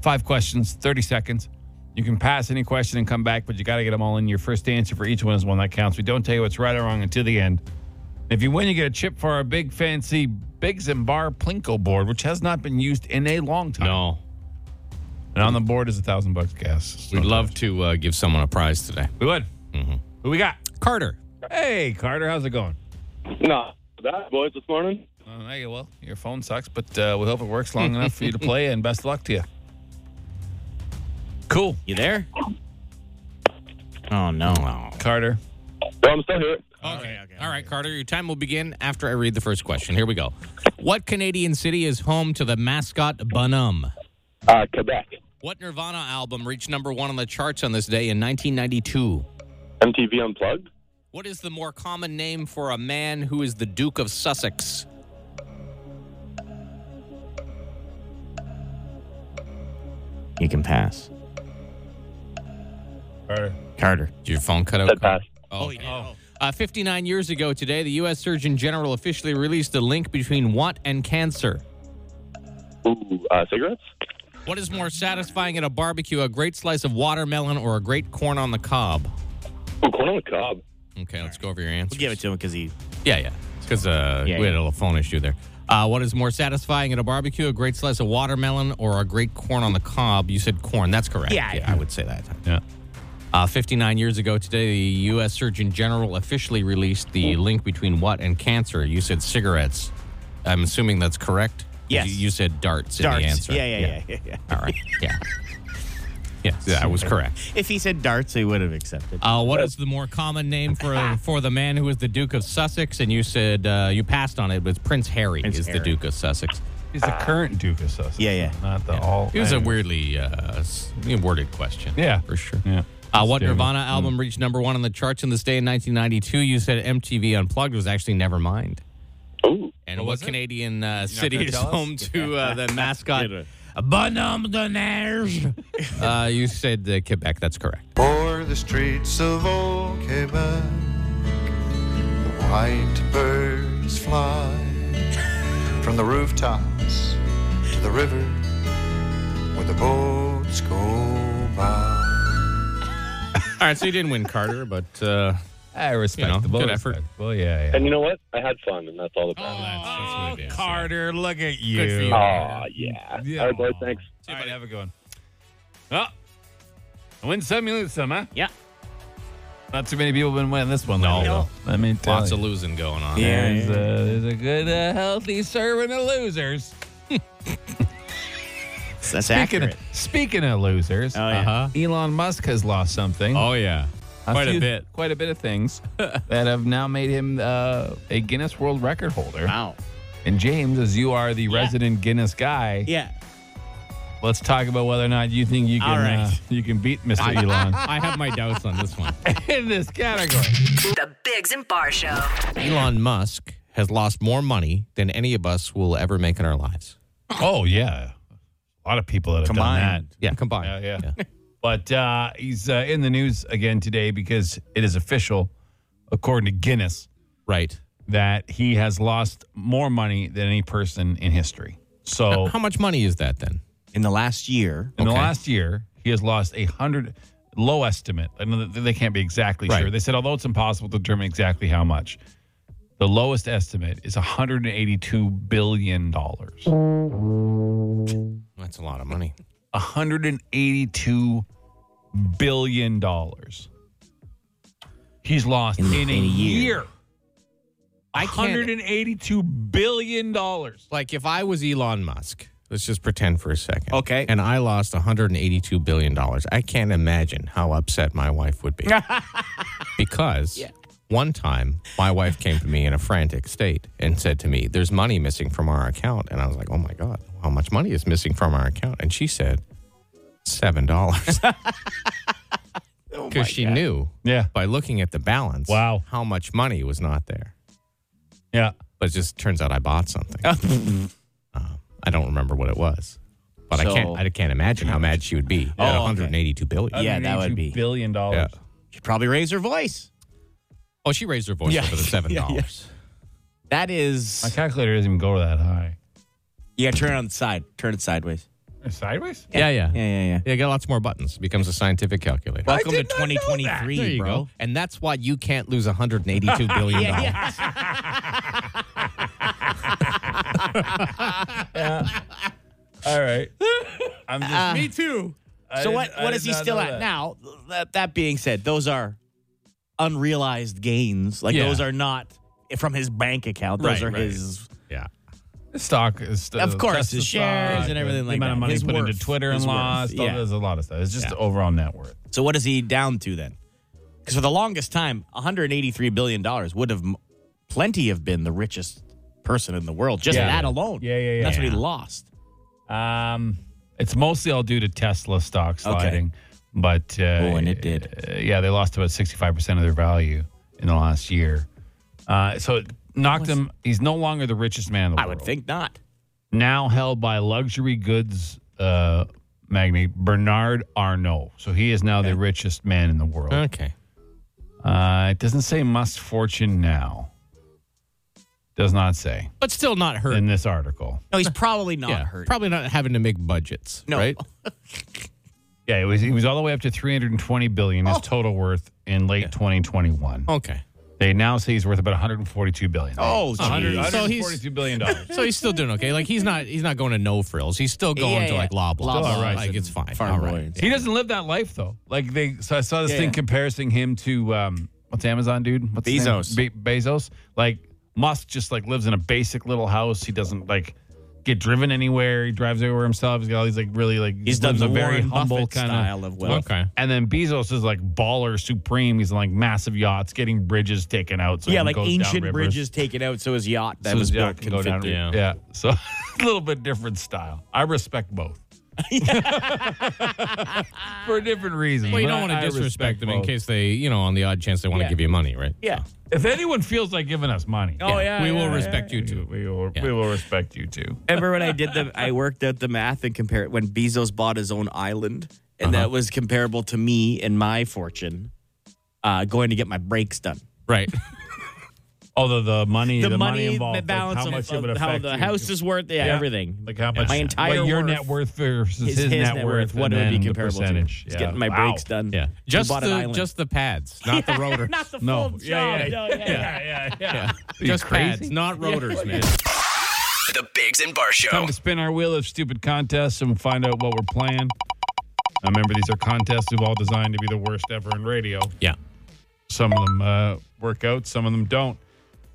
B: Five questions, thirty seconds. You can pass any question and come back, but you got to get them all in. Your first answer for each one is one that counts. We don't tell you what's right or wrong until the end. If you win, you get a chip for our big fancy Bigs and Bar Plinko board, which has not been used in a long time.
C: no.
B: And on the board is a thousand bucks gas.
C: We'd love to uh, give someone a prize today. Mm-hmm.
B: We would. Who we got?
C: Carter.
B: Hey, Carter, how's it going?
J: No, that boys this morning.
B: Uh, hey, well, your phone sucks, but uh, we hope it works long enough for you to play, and best of luck to you. Cool.
D: You there? Oh no.
B: Carter.
J: Well, I'm still here.
C: Okay. All right, Carter, your time will begin after I read the first question. Here we go. What Canadian city is home to the mascot Bonhomme?
J: Uh, Quebec,
C: What Nirvana album reached number one on the charts on this day in 1992?
J: MTV Unplugged,
C: What is the more common name for a man who is the Duke of Sussex?
D: You can pass.
B: Carter.
D: Carter.
C: Did your phone cut out?
J: Said
C: Carter?
J: pass.
C: Oh, okay. Uh, 59 years ago today, the U.S. Surgeon General officially released a link between what and cancer.
J: ooh, uh, cigarettes,
C: What is more satisfying at a barbecue, a great slice of watermelon or a great corn on the cob?
J: ooh, corn on the cob.
C: Okay, let's go over your answers.
D: We'll give it to him because he.
C: Yeah, yeah. Because uh,
D: Yeah,
C: we had
D: yeah.
C: a little phone issue there. Uh, what is more satisfying at a barbecue, a great slice of watermelon or a great corn on the cob? You said corn. That's correct.
D: Yeah,
C: I would say that.
B: Yeah.
C: Uh, 59 years ago today, the U.S. Surgeon General officially released the link between what and cancer. You said cigarettes. I'm assuming that's correct. 'Cause
D: Yes.
C: You, you said darts, in
D: Darts.
C: the answer.
D: Yeah, yeah, yeah, yeah, yeah.
C: All right. Yeah. yeah, that was correct.
D: If he said darts, he would have accepted.
C: Uh, what is the more common name for for the man who was the Duke of Sussex? And you said uh, you passed on it, but it's Prince Harry
D: Prince
C: is the
D: Harry.
C: Duke of Sussex.
B: He's the current Duke of Sussex.
D: Yeah, yeah.
B: Not the all.
C: It was a weirdly uh, s- worded question.
B: Yeah. Mm-hmm.
C: for sure.
B: Yeah.
C: Uh, what
B: Damn it.
C: Nirvana album reached number one on the charts in this day in 1992? You said MTV Unplugged was actually Nevermind.
J: Ooh,
C: And
B: What
C: what,
B: was it?
C: Canadian uh, city
B: gonna
C: is
B: tell us?
C: home to uh, the mascot Bonhomme de Neige? uh, you said uh, Quebec. That's correct.
K: For the streets of old Quebec, the white birds fly from the rooftops to the river where the boats go by.
C: All right, so you didn't win, Carter, but uh,
B: I respectable.
C: good effort.
B: Well, yeah, yeah.
L: And you know what? I had fun, and that's all that matters.
B: Oh, Carter, look at you.
L: Good for you, Aw, yeah.
C: Oh,
L: All right, boys,
B: thanks. All right, have a good one. Oh, I win some, you lose some, huh?
D: Yeah.
B: Not too many people have been winning this one. No. I mean,
C: lots of losing going on.
B: There's, uh, there's a good, uh, healthy servant of losers.
D: That's
B: speaking
D: accurate.
B: Of, speaking of losers,
D: yeah.
B: uh-huh, Elon Musk has lost something.
C: Oh yeah, quite a
B: few-
C: bit.
B: Quite a bit of things that have now made him uh, a Guinness World Record holder.
D: Wow.
B: And James, as you are the resident Guinness guy,
D: Yeah.
B: let's talk about whether or not you think you
C: All
B: can
C: right.
B: uh, you can beat Mr. Elon
C: I have my doubts on this one.
B: in this category.
H: The Bigs and Bar Show.
C: Elon Musk has lost more money than any of us will ever make in our lives.
B: Oh yeah, a lot of people that have done
D: Combined.
B: that.
C: Yeah, combined.
B: Yeah, yeah. but uh, he's uh, in the news again today because it is official, according to Guinness,
C: Right.
B: that he has lost more money than any person in history. So
C: How much money is that then?
D: In the last year,
B: in the
C: okay.
B: last year, he has lost a hundred. Low estimate. I know that they can't be exactly
C: Right.
B: sure. They said although it's impossible to determine exactly how much, the lowest estimate is 182 billion dollars.
C: That's a lot of money.
B: 182 billion dollars. He's lost in, a year.
C: I can't.
B: 182 billion dollars.
C: Like if I was Elon Musk, let's just pretend for a second.
D: Okay.
C: And I lost 182 billion dollars. I can't imagine how upset my wife would be. because one time my wife came to me in a frantic state and said to me, There's money missing from our account. And I was like, Oh my God, how much money is missing from our account? And she said, Seven dollars. Because she knew
B: Yeah.
C: by looking at the balance
B: Wow.
C: how much money was not there.
B: Yeah.
C: But it just turns out I bought something.
D: Oh.
C: Um, I don't remember what it was. But I
D: So-
C: can't I can't imagine how mad she would be at
D: Oh, okay.
C: 182 billion.
D: Yeah, that would be-
B: billion dollars.
C: Yeah.
D: she probably raised her voice.
C: Oh, she raised her voice
D: Yeah.
C: over the seven
D: Yeah,
C: dollars.
D: yeah. That is.
B: My calculator doesn't even go that high.
D: You gotta turn it on the side. Turn it sideways.
B: Sideways?
C: Yeah, yeah.
D: Yeah, yeah, yeah.
C: Yeah, got lots more buttons. Becomes a scientific calculator.
D: Welcome to
B: did not know that.
D: 2023,
C: There you
D: bro.
C: go. And that's why you can't lose 182 billion dollars.
B: All right. I'm just
D: Me
C: too.
D: Uh, So what? What is he still at now? That, that being said, those are unrealized gains. Like
C: Yeah.
D: those are not from his bank account.
C: Right,
D: Those are
C: right.
D: his.
C: Yeah.
B: Stock is still,
D: Of course,
B: Tesla
D: his shares
B: stock,
D: and everything
B: the
D: like
B: amount
D: that.
B: of money
D: His
B: put
D: worth,
B: into Twitter and
D: his
B: lost.
D: worth,
B: all-
D: yeah.
B: There's a lot of stuff. It's just the overall net worth.
D: So what is he down to then? Because for the longest time, 183 billion dollars would have m- plenty have been the richest person in the world. Just
B: Yeah.
D: that alone.
B: Yeah, yeah, yeah.
D: That's what he lost.
B: Um, it's mostly all due to Tesla stock sliding, but uh,
D: Oh, and it did.
B: uh, yeah, they lost about sixty-five percent of their value in the last year. Uh, so it knocked him. He's no longer the richest man in the
D: I
B: world.
D: would think not.
B: now held by luxury goods uh, magnate Bernard Arnault. So he is now the richest man in the world.
C: Okay.
B: Uh, it doesn't say must fortune now. Does not say
C: But still not hurt.
B: in this article.
D: No, he's probably not
C: yeah.
D: hurt.
C: Probably not having to make budgets.
D: No.
C: Right?
B: Yeah, it was he was all the way up to 320 billion
D: Oh.
B: his total worth in late 2021.
C: Okay.
B: They now say he's worth about 142 billion.
D: Oh,
B: A hundred-
D: geez.
C: So he's-
B: 142 billion dollars.
C: So he's still doing okay. Like he's not he's not going to no frills. He's still going
D: Yeah,
C: to
D: yeah.
C: like Loblaws.
D: Loblaws
C: All right. Like
D: and
C: it's fine.
D: Farm
C: All
D: Boy
C: right.
D: and
B: He doesn't live that life though. Like they, so I saw this
D: Yeah,
B: thing
D: yeah.
B: comparing him to um, what's Amazon dude? What's his
D: Bezos.
B: name? Be- Bezos. Like Musk just like lives in a basic little house. He doesn't like get driven anywhere. He drives everywhere himself. He's got all these like really like
D: He's done
B: lives
D: the
B: a very
D: Warren
B: humble
D: Buffett
B: kind
D: style of wealth.
C: Okay.
B: And then Bezos is like baller supreme. He's on like massive yachts, getting bridges taken out. So
D: yeah,
B: he
D: like
B: goes
D: ancient
B: downriver.
D: bridges taken out, so his yacht that
B: So
D: was
B: his yacht
D: built
B: can
D: can
B: go
D: fit
B: down.
D: there.
C: Yeah.
B: Yeah, so a little bit different style. I respect both. For different reasons.
C: Well, you
B: but
C: don't
B: I-
C: want to
B: I
C: disrespect
B: respect
C: them in
B: both.
C: case they, you know, on the odd chance they want to
D: Yeah.
C: give you money, right?
D: Yeah.
B: If anyone feels like giving us money,
D: Oh, yeah,
C: we
D: yeah,
C: will
D: yeah,
C: respect you too.
B: we will
C: Yeah.
B: we will respect you too.
D: Remember when I did the I worked out the math and compared when Bezos bought his own island, and
B: Uh-huh.
D: that was comparable to me and my fortune uh, going to get my brakes done.
C: Right.
B: Although the um, money,
D: the,
B: the,
D: money,
B: involved,
D: the
B: like,
D: balance
B: how
D: of-
B: much
D: of,
B: it would
D: how
B: affect
D: the
B: you.
D: house is worth, yeah, everything.
B: Like how much
D: my entire
B: what your
D: worth,
B: net worth versus
D: his,
B: his,
D: his
B: net worth, and
D: what it would be
B: then the
D: comparable to.
B: percentage.
D: Just
B: Yeah.
D: getting my
B: Wow.
D: brakes done.
B: Yeah,
D: We
C: Just
D: bought an
C: the,
D: island.
C: just the pads, not the rotors.
D: not the
B: No.
D: full
B: Yeah,
D: job.
B: yeah,
D: No, yeah, yeah.
A: you
C: Just
B: crazy?
C: pads, not rotors, man.
A: The Biggs and Bar Show.
B: Time to spin our wheel of stupid contests and find out what we're playing. Now, remember, these are contests we've all designed to be the worst ever in radio.
C: Yeah.
B: Some of them uh, work out, some of them don't.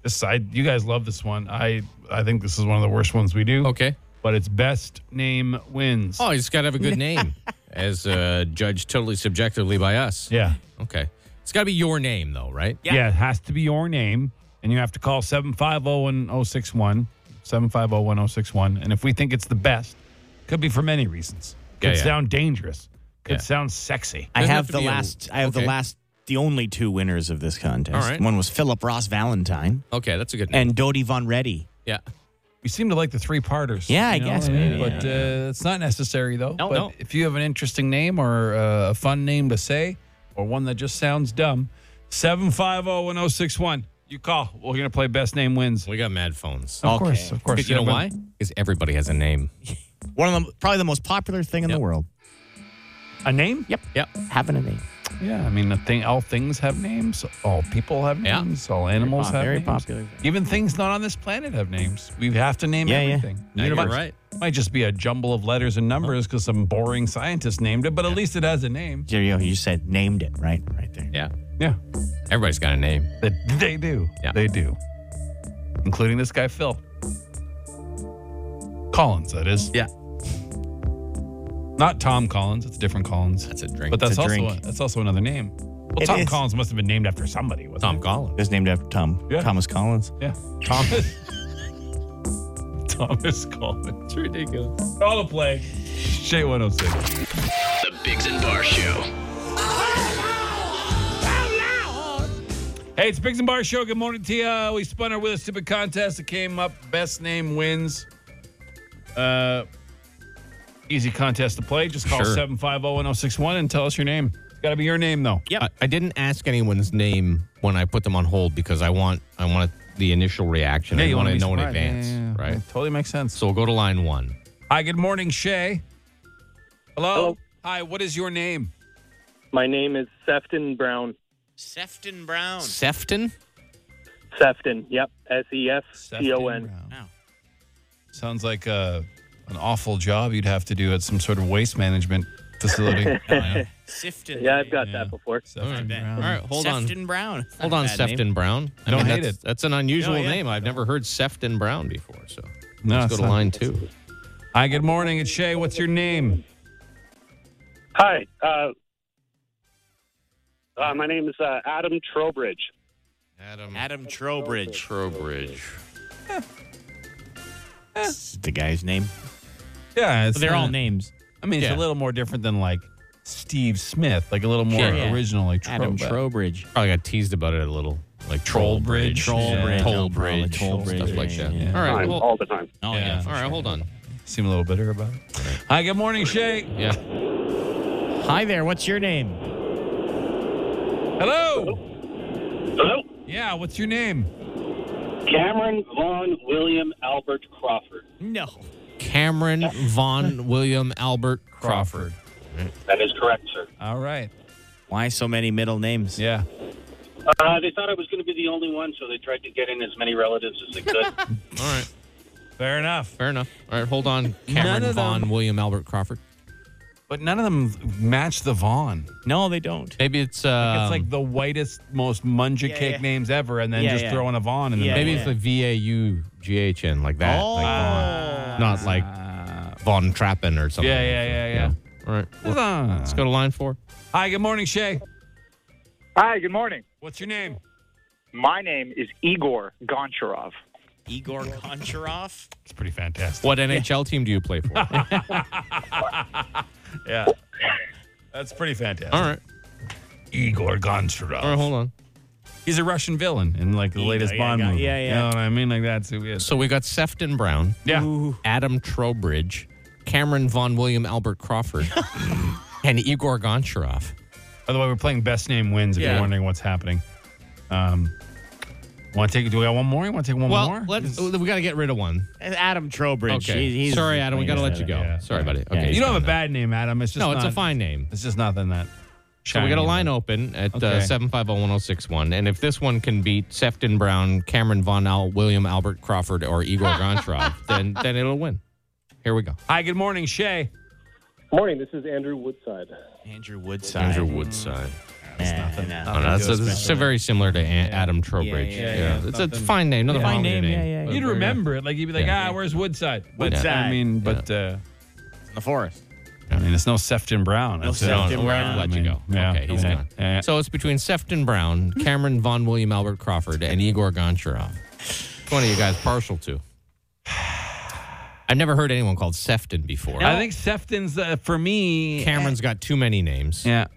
B: This I, you guys love this one. I I think this is one of the worst ones we do.
C: Okay.
B: But it's best name wins.
C: Oh, you just got to have a good name, as uh, judged totally subjectively by us.
B: Yeah.
C: Okay. It's got to be your name, though, right?
B: yeah. it has to be your name. And you have to call 750-1061, 750-1061. And if we think it's the best, could be for many reasons. Could
C: Yeah, yeah.
B: sound dangerous. Could
C: Yeah.
B: sound sexy.
D: I
C: Doesn't
D: have
C: have to
D: the
C: be a-
D: last. I have
C: okay.
D: the last. The only two winners of this contest.
C: All right.
D: One was Philip Ross Valentine
C: Okay, that's a good name.
D: and Dodie Von Reddy.
C: yeah.
B: We seem to like the three parters.
D: Yeah, I guess, maybe,
B: But uh, it's not necessary though.
C: No,
B: but
C: no.
B: if you have an interesting name or uh, a fun name to say, or one that just sounds dumb, 750-1061. You call. We're gonna play best name wins. Of
C: We got mad phones.
B: course, of course.
C: Because you know
B: Yeah, but-
C: why? Because everybody has a name.
D: One of them, probably the most popular thing in
C: Yep.
D: the world.
B: A name?
D: Yep.
C: Yep.
D: Having a name.
B: Yeah, I mean, the thing, all things have names. All people have
C: Yeah.
B: names. All animals
D: pop-
B: have
D: very
B: names.
D: popular.
B: Even things not on this planet have names. We have to name
D: Yeah, yeah.
B: everything.
C: No,
B: You know,
C: you're
B: might-
C: right.
B: Might just be a jumble of letters and numbers because some boring scientist named it, but at least it has a name.
D: There you go. You just said named it right, right there.
C: Yeah.
B: Yeah,
C: Everybody's got a name.
B: they, they do.
C: Yeah.
B: They do. Including this guy, Phil. Collins, that is.
C: Yeah.
B: Not Tom Collins. It's a different Collins.
C: That's a drink.
B: But that's
D: a
B: also
D: drink.
B: that's also another name. Well,
D: It
B: Tom
D: is.
B: Collins must have been named after somebody, wasn't
C: Tom
B: it?
C: Collins.
D: It's named after Tom
B: Yeah.
D: Thomas Collins.
B: Yeah. Thomas. Thomas Coleman. It's ridiculous. Call a play. Shay 106.
A: The Biggs and Bar Show.
B: Hey, it's Biggs and Bar Show. Good morning to you. We spun our With a Stupid contest. It came up. Best name wins. Uh, easy contest to play. Just call
C: Sure.
B: 750 1061 and tell us your name. It's got to be your name, though.
D: Yep.
C: I, I didn't ask anyone's name when I put them on hold because I want I want the initial reaction. I want
B: wanna
C: to
B: be
C: know in
B: surprised.
C: advance,
B: Yeah, yeah, yeah.
C: right?
B: It totally makes sense.
C: So we'll go to line one.
B: Hi, good morning, Shay. Hello?
L: Hello.
B: Hi, what is your name?
L: My name is Sefton Brown.
D: Sefton Brown.
C: Sefton.
L: Sefton. Yep. S E F T O N.
B: Sounds like uh an awful job you'd have to do at some sort of waste management facility.
D: Sifton.
L: Yeah, I've got
B: Yeah.
L: that before.
B: Sefton
C: All right,
B: Brown.
C: all right, hold on.
D: Sefton Brown.
C: Hold on, Sefton Brown. I
B: Don't
C: mean,
B: hate
C: that's,
B: it.
C: That's an unusual
B: Oh,
D: No, yeah.
C: name. I've never heard Sefton Brown before. So
B: No,
C: let's
B: it's
C: go to
B: not-
C: line two.
B: Hi, good morning. It's Shay. What's your name?
L: Hi. Uh, uh, my name is uh, Adam Trowbridge.
C: Adam.
D: Adam Trowbridge.
C: Trowbridge.
D: That's the guy's name.
B: Yeah,
D: But they're all names.
B: I mean, it's
C: yeah.
B: a little more different than like Steve Smith, like a little more
C: Sure.
D: Yeah.
B: original, like
D: Adam
B: Trobe-
D: Trowbridge.
C: Probably got teased about it a little, like Troll Bridge,
B: Troll
C: yeah.
B: Bridge.
C: Toll
D: No, probably
C: Bridge,
D: Toll
C: stuff
D: Bridge,
C: like that.
D: yeah, yeah.
C: All right,
L: Time,
C: well,
L: all the time.
D: Oh
B: Yeah.
C: all right, hold on.
B: Seem a little bitter about it. Hi, good morning, Shay.
C: Yeah,
D: Hi there. What's your name?
B: Hello.
L: Hello.
B: Yeah, what's your name?
L: Cameron Vaughn William Albert Crawford.
D: No.
C: Cameron Vaughn William Albert Crawford.
L: That is correct, sir.
B: All right.
D: Why so many middle names?
B: Yeah.
L: Uh, they thought I was going to be the only one, so they tried to get in as many relatives as they could.
C: All right,
B: Fair enough.
C: fair enough. All right, hold on.
B: None
C: Cameron
B: of them-
C: Vaughn William Albert Crawford.
B: But none of them match the Vaughn.
D: No, they don't.
C: Maybe it's uh,
B: it's like the whitest, most munja
D: Yeah,
B: cake
D: yeah.
B: names ever, and then
D: Yeah,
B: just
D: yeah.
B: throwing a Vaughn in the
D: Yeah,
B: middle.
C: maybe it's like V A U G H N like that. like Vaughn. Not like Von Trappen or something.
B: Oh. Yeah, yeah, yeah, yeah.
C: All right, well,
B: Vaughn.
C: let's go to line four.
B: Hi, good morning, Shay.
M: Hi, good morning.
B: What's your name?
M: My name is Igor Goncharov.
D: Igor Goncharov.
B: It's pretty fantastic.
C: What NHL team do you play for? All
B: Yeah. That's pretty fantastic.
C: right,
B: Igor Goncharov.
C: all right, hold on.
B: He's a Russian villain in like the
D: Yeah,
B: latest
D: yeah,
B: Bond
D: yeah,
B: movie.
D: yeah,
B: You
D: yeah.
B: know what I mean? Like that's who he is.
C: So we got Sefton Brown.
B: yeah.
C: Adam Trowbridge, Cameron Von William Albert Crawford, and Igor Goncharov.
B: By the way, we're playing Best Name Wins if
C: Yeah.
B: you're wondering what's happening. Um, Want to take? Do we got one more? You want to take one
C: well,
B: more?
C: let's. We got to get rid of one.
D: Adam Trowbridge.
C: Okay.
D: He's, he's
C: Sorry, Adam. We got to let you go.
B: Yeah.
C: Sorry, buddy. Okay.
B: Yeah, you
C: he's
B: don't have
C: gone
B: a
C: now.
B: bad name, Adam. It's just
C: No, it's
B: not-
C: a fine name.
B: It's just nothing that.
C: So we got a
B: shiny,
C: line
B: but-
C: open at
B: Okay.
C: uh, 751 And if this one can beat Sefton Brown, Cameron Von Al, William Albert Crawford, or Igor Goncharov, then, then it'll win. Here we go.
B: Hi, good morning, Shay.
N: Morning, this is Andrew Woodside.
D: Andrew Woodside.
C: Andrew Woodside.
D: That's nothing.
C: I don't know, it's, it's very similar to An- Adam Trowbridge.
B: yeah, yeah,
C: It's a
B: something-
C: fine name, not a
B: Yeah.
C: fine name. But
B: You'd
C: we're-
B: remember it. Like you'd be like,
C: Yeah.
B: ah, where's Woodside? But
C: Woodside.
B: I mean, but uh,
D: in the forest.
B: I mean, it's no Sefton Brown.
C: No,
B: That's it.
C: Sefton Brown.
B: I
C: Let you
B: mean,
C: go.
B: yeah.
C: Okay, he's
B: Yeah.
C: gone.
B: Yeah.
C: So it's between Sefton Brown, Cameron Von William Albert Crawford, and Igor Goncharov. Which One of you guys partial to. I've never heard anyone called Sefton before.
B: I think Sefton's uh, for me.
C: Cameron's got too many names.
B: Yeah.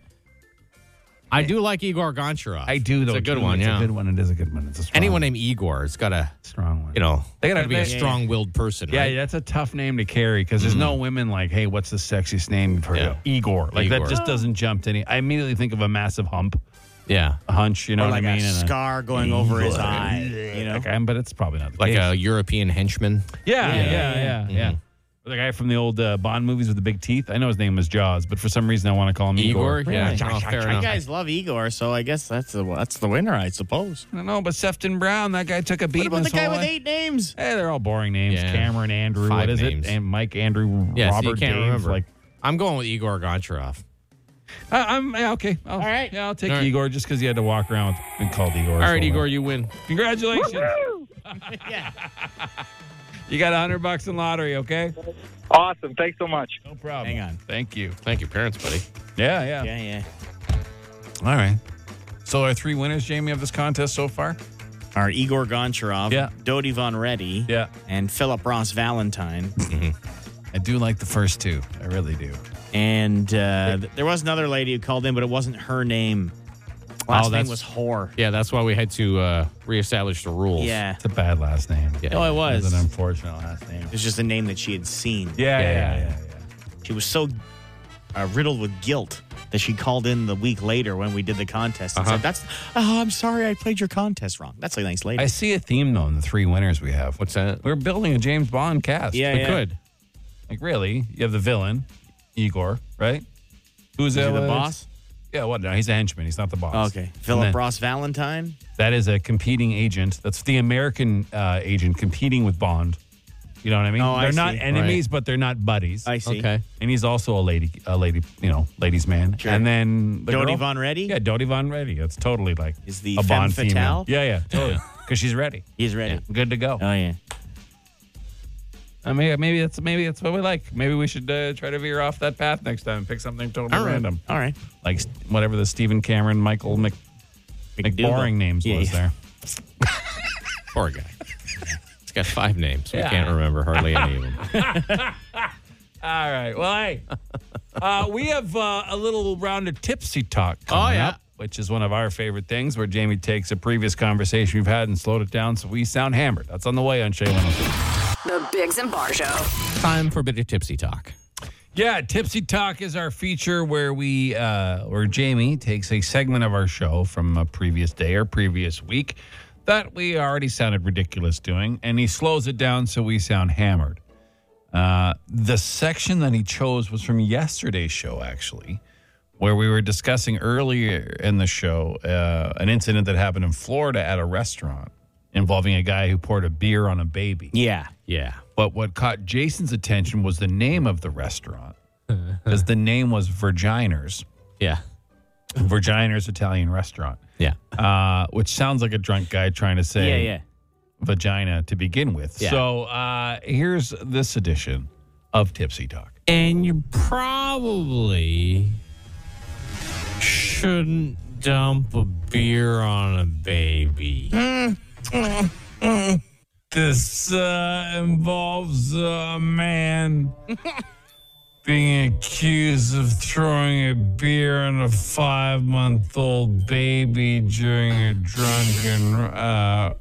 C: I do like Igor Goncharov.
B: I do though.
C: It's a good
B: too.
C: one.
B: It's
C: yeah.
B: a good one. It is a good one. It's a strong
C: Anyone named Igor has got a
B: strong one.
C: You know,
B: They
C: they
B: gotta-
C: got to be a
B: they-
C: strong-willed person.
B: Yeah,
C: right?
B: yeah, that's a tough name to carry because there's no women like, hey, what's the sexiest name you've heard of? Igor. Like that
C: Igor.
B: just doesn't jump to any. I immediately think of a massive hump,
C: yeah.
B: a hunch. You know
D: or
B: what
D: like
B: I mean?
D: a
B: And
D: scar going over his
B: Igor.
D: eye.
B: Yeah.
D: You know,
B: Like, I'm- but it's probably not the
C: Like
B: case.
C: a European henchman.
B: Yeah, Mm-hmm. yeah, yeah, yeah. The guy from the old uh, Bond movies with the big teeth. I know his name was Jaws, but for some reason I want to call him Igor.
C: Igor? Yeah.
B: Really?
C: Oh, fair
D: you
C: enough.
D: guys love Igor, so I guess that's the that's the winner, I suppose.
B: I don't know, but Sefton Brown, that guy took a beat.
D: What about the guy with eight names?
B: Hey, they're all boring names.
C: Yeah.
B: Cameron, Andrew,
C: Five
B: what is
C: names.
B: it? And Mike, Andrew,
C: Yeah, so
B: Robert,
C: you can't
B: Dave.
C: remember.
B: Like,
C: I'm going with Igor Goncharov.
B: I, I'm yeah, okay. I'll, all
D: right.
B: Yeah, I'll take
C: All right.
B: Igor just because he had to walk around with being called Igor.
C: All
B: his
C: right,
B: whole
C: Igor,
B: life.
C: you win.
B: Congratulations.
D: yeah.
B: You got a hundred bucks in lottery, okay?
M: Awesome. Thanks so much.
B: No problem.
D: Hang on.
B: Thank you.
C: Thank you, parents, buddy.
B: Yeah, yeah.
D: Yeah, yeah.
B: All right. So our three winners, Jamie, of this contest so far?
D: Our Igor Goncharov,
B: Yeah.
D: Dodie Von Reddy,
B: Yeah.
D: and Philip Ross Valentine.
B: I do like the first two. I really do.
D: and uh, th- there was another lady who called in, but it wasn't her name. Last name
C: that's-
D: was Whore.
C: Yeah, that's why we had to uh, reestablish the rules.
D: Yeah.
B: It's a bad last name.
C: Yeah.
D: No, it
B: It's
D: was.
B: an
D: It
B: unfortunate last name.
D: was just a name that she had seen.
B: Yeah, yeah, yeah.
C: yeah,
B: yeah,
D: She was so uh, riddled with guilt that she called in the week later when we did the contest and
C: Uh-huh.
D: said, "That's oh, I'm sorry, I played your contest wrong." That's a nice lady.
B: I see a theme though in the three winners we have.
C: What's that?
B: We're building a James Bond cast.
D: Yeah,
C: We
D: yeah.
C: could.
B: Like really, you have the villain, Igor, right? Who's
D: Is he
B: that
D: the
B: was-
D: boss?
B: Yeah, what? No, he's a henchman. He's not the boss.
D: Okay,
B: And
D: Philip
B: then-
D: Ross Valentine.
B: That is a competing agent. That's the American uh, agent competing with Bond. You know what I mean?
D: Oh, I
B: they're
D: see.
B: not enemies, but they're not buddies.
D: I see.
C: Okay.
B: And he's also a lady, a lady, you know, ladies' man.
D: Sure.
B: And then the
D: Dodie
B: girl-
D: Von Reddy?
B: Yeah, Dodie Von Reddy. That's totally like
D: Is the
B: a
D: femme
B: Bond female.
D: fatale?
B: Yeah, yeah, totally. Because she's ready.
D: He's ready.
B: Good to go.
D: Oh yeah.
B: Uh, maybe maybe that's maybe that's what we like. Maybe we should uh, try to veer off that path next time. and Pick something totally
D: All right.
B: random,
D: All right.
B: like st- whatever the Stephen Cameron, Michael Mc, McBoring names
D: Yeah,
B: was
D: yeah.
B: there.
C: Poor guy. He's got five names.
B: Yeah.
C: We can't remember hardly any of them.
B: All right. Well, hey, uh, we have uh, a little round of tipsy talk coming
C: Oh, yeah.
B: up, which is one of our favorite things, where Jamie takes a previous conversation we've had and slowed it down so we sound hammered. That's on the way on Shay 102.
H: The Biggs and Bar Show.
C: Time for a bit of tipsy talk.
B: Yeah, Tipsy Talk is our feature where we, uh, where Jamie takes a segment of our show from a previous day or previous week that we already sounded ridiculous doing, and he slows it down so we sound hammered. Uh, the section that he chose was from yesterday's show, actually, where we were discussing earlier in the show uh, an incident that happened in Florida at a restaurant involving a guy who poured a beer on a baby.
D: Yeah.
C: Yeah.
B: But what caught Jason's attention was the name of the restaurant, because the name was Virginers,
C: Yeah.
B: Virginers Italian Restaurant,
C: Yeah.
B: uh, which sounds like a drunk guy trying to say
D: Yeah. Yeah.
B: vagina to begin with.
C: Yeah.
B: So uh, here's this edition of Tipsy Talk.
C: And you probably shouldn't dump a beer on a baby.
B: This uh, involves a man being accused of throwing a beer on a five month old baby during a drunken uh,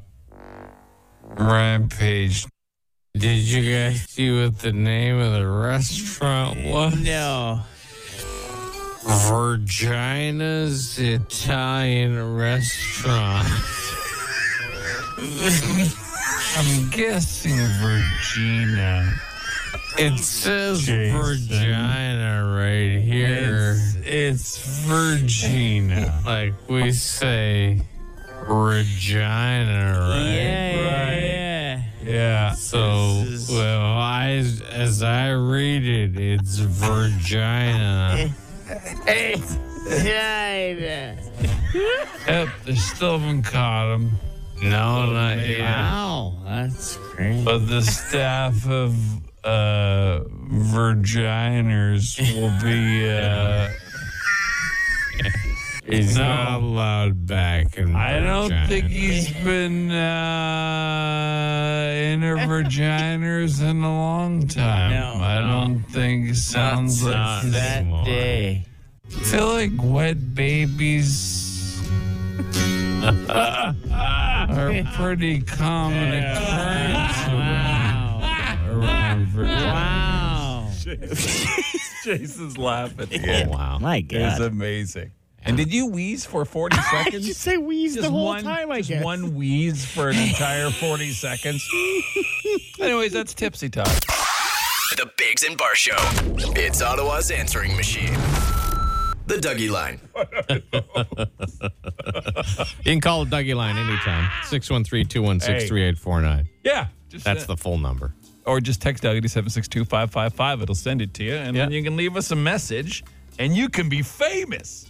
B: rampage.
C: Did you guys see what the name of the restaurant was?
D: No.
C: Virgina's Italian Restaurant.
B: I'm guessing Virginia.
C: It says vagina right here.
B: It's, Virginia.
C: Like we say, Regina, right?
B: Yeah.
C: Yeah. So, well, I as I read it, it's Virginia. yep, they still haven't caught him. No, not yet.
D: Wow, that's great.
C: But the staff of uh, Virginers will be. Uh, He's not allowed back. In I don't think he's been uh, in a vaginas in a long time.
B: No,
C: I don't think sounds like
B: since that
C: day. feel like wet babies are pretty common occurrence. around- around
D: Wow.
B: Jason's laughing.
C: Oh, wow.
D: My
B: It's
D: God.
B: amazing. And did you wheeze for 40 seconds?
O: just say wheeze the
B: Just
O: whole
B: one-
O: time, I
B: just
O: guess.
B: one wheeze for an entire 40 seconds. Anyways, that's tipsy talk.
A: The Biggs and Bar Show. It's Ottawa's answering machine. The Dougie Line.
C: You can call the Dougie line anytime 613 216 3849.
B: Yeah. Just,
C: That's
B: uh,
C: the full number.
B: or just text Dougie to 762-555. It'll send it to you. And then you can leave us a message and you can be famous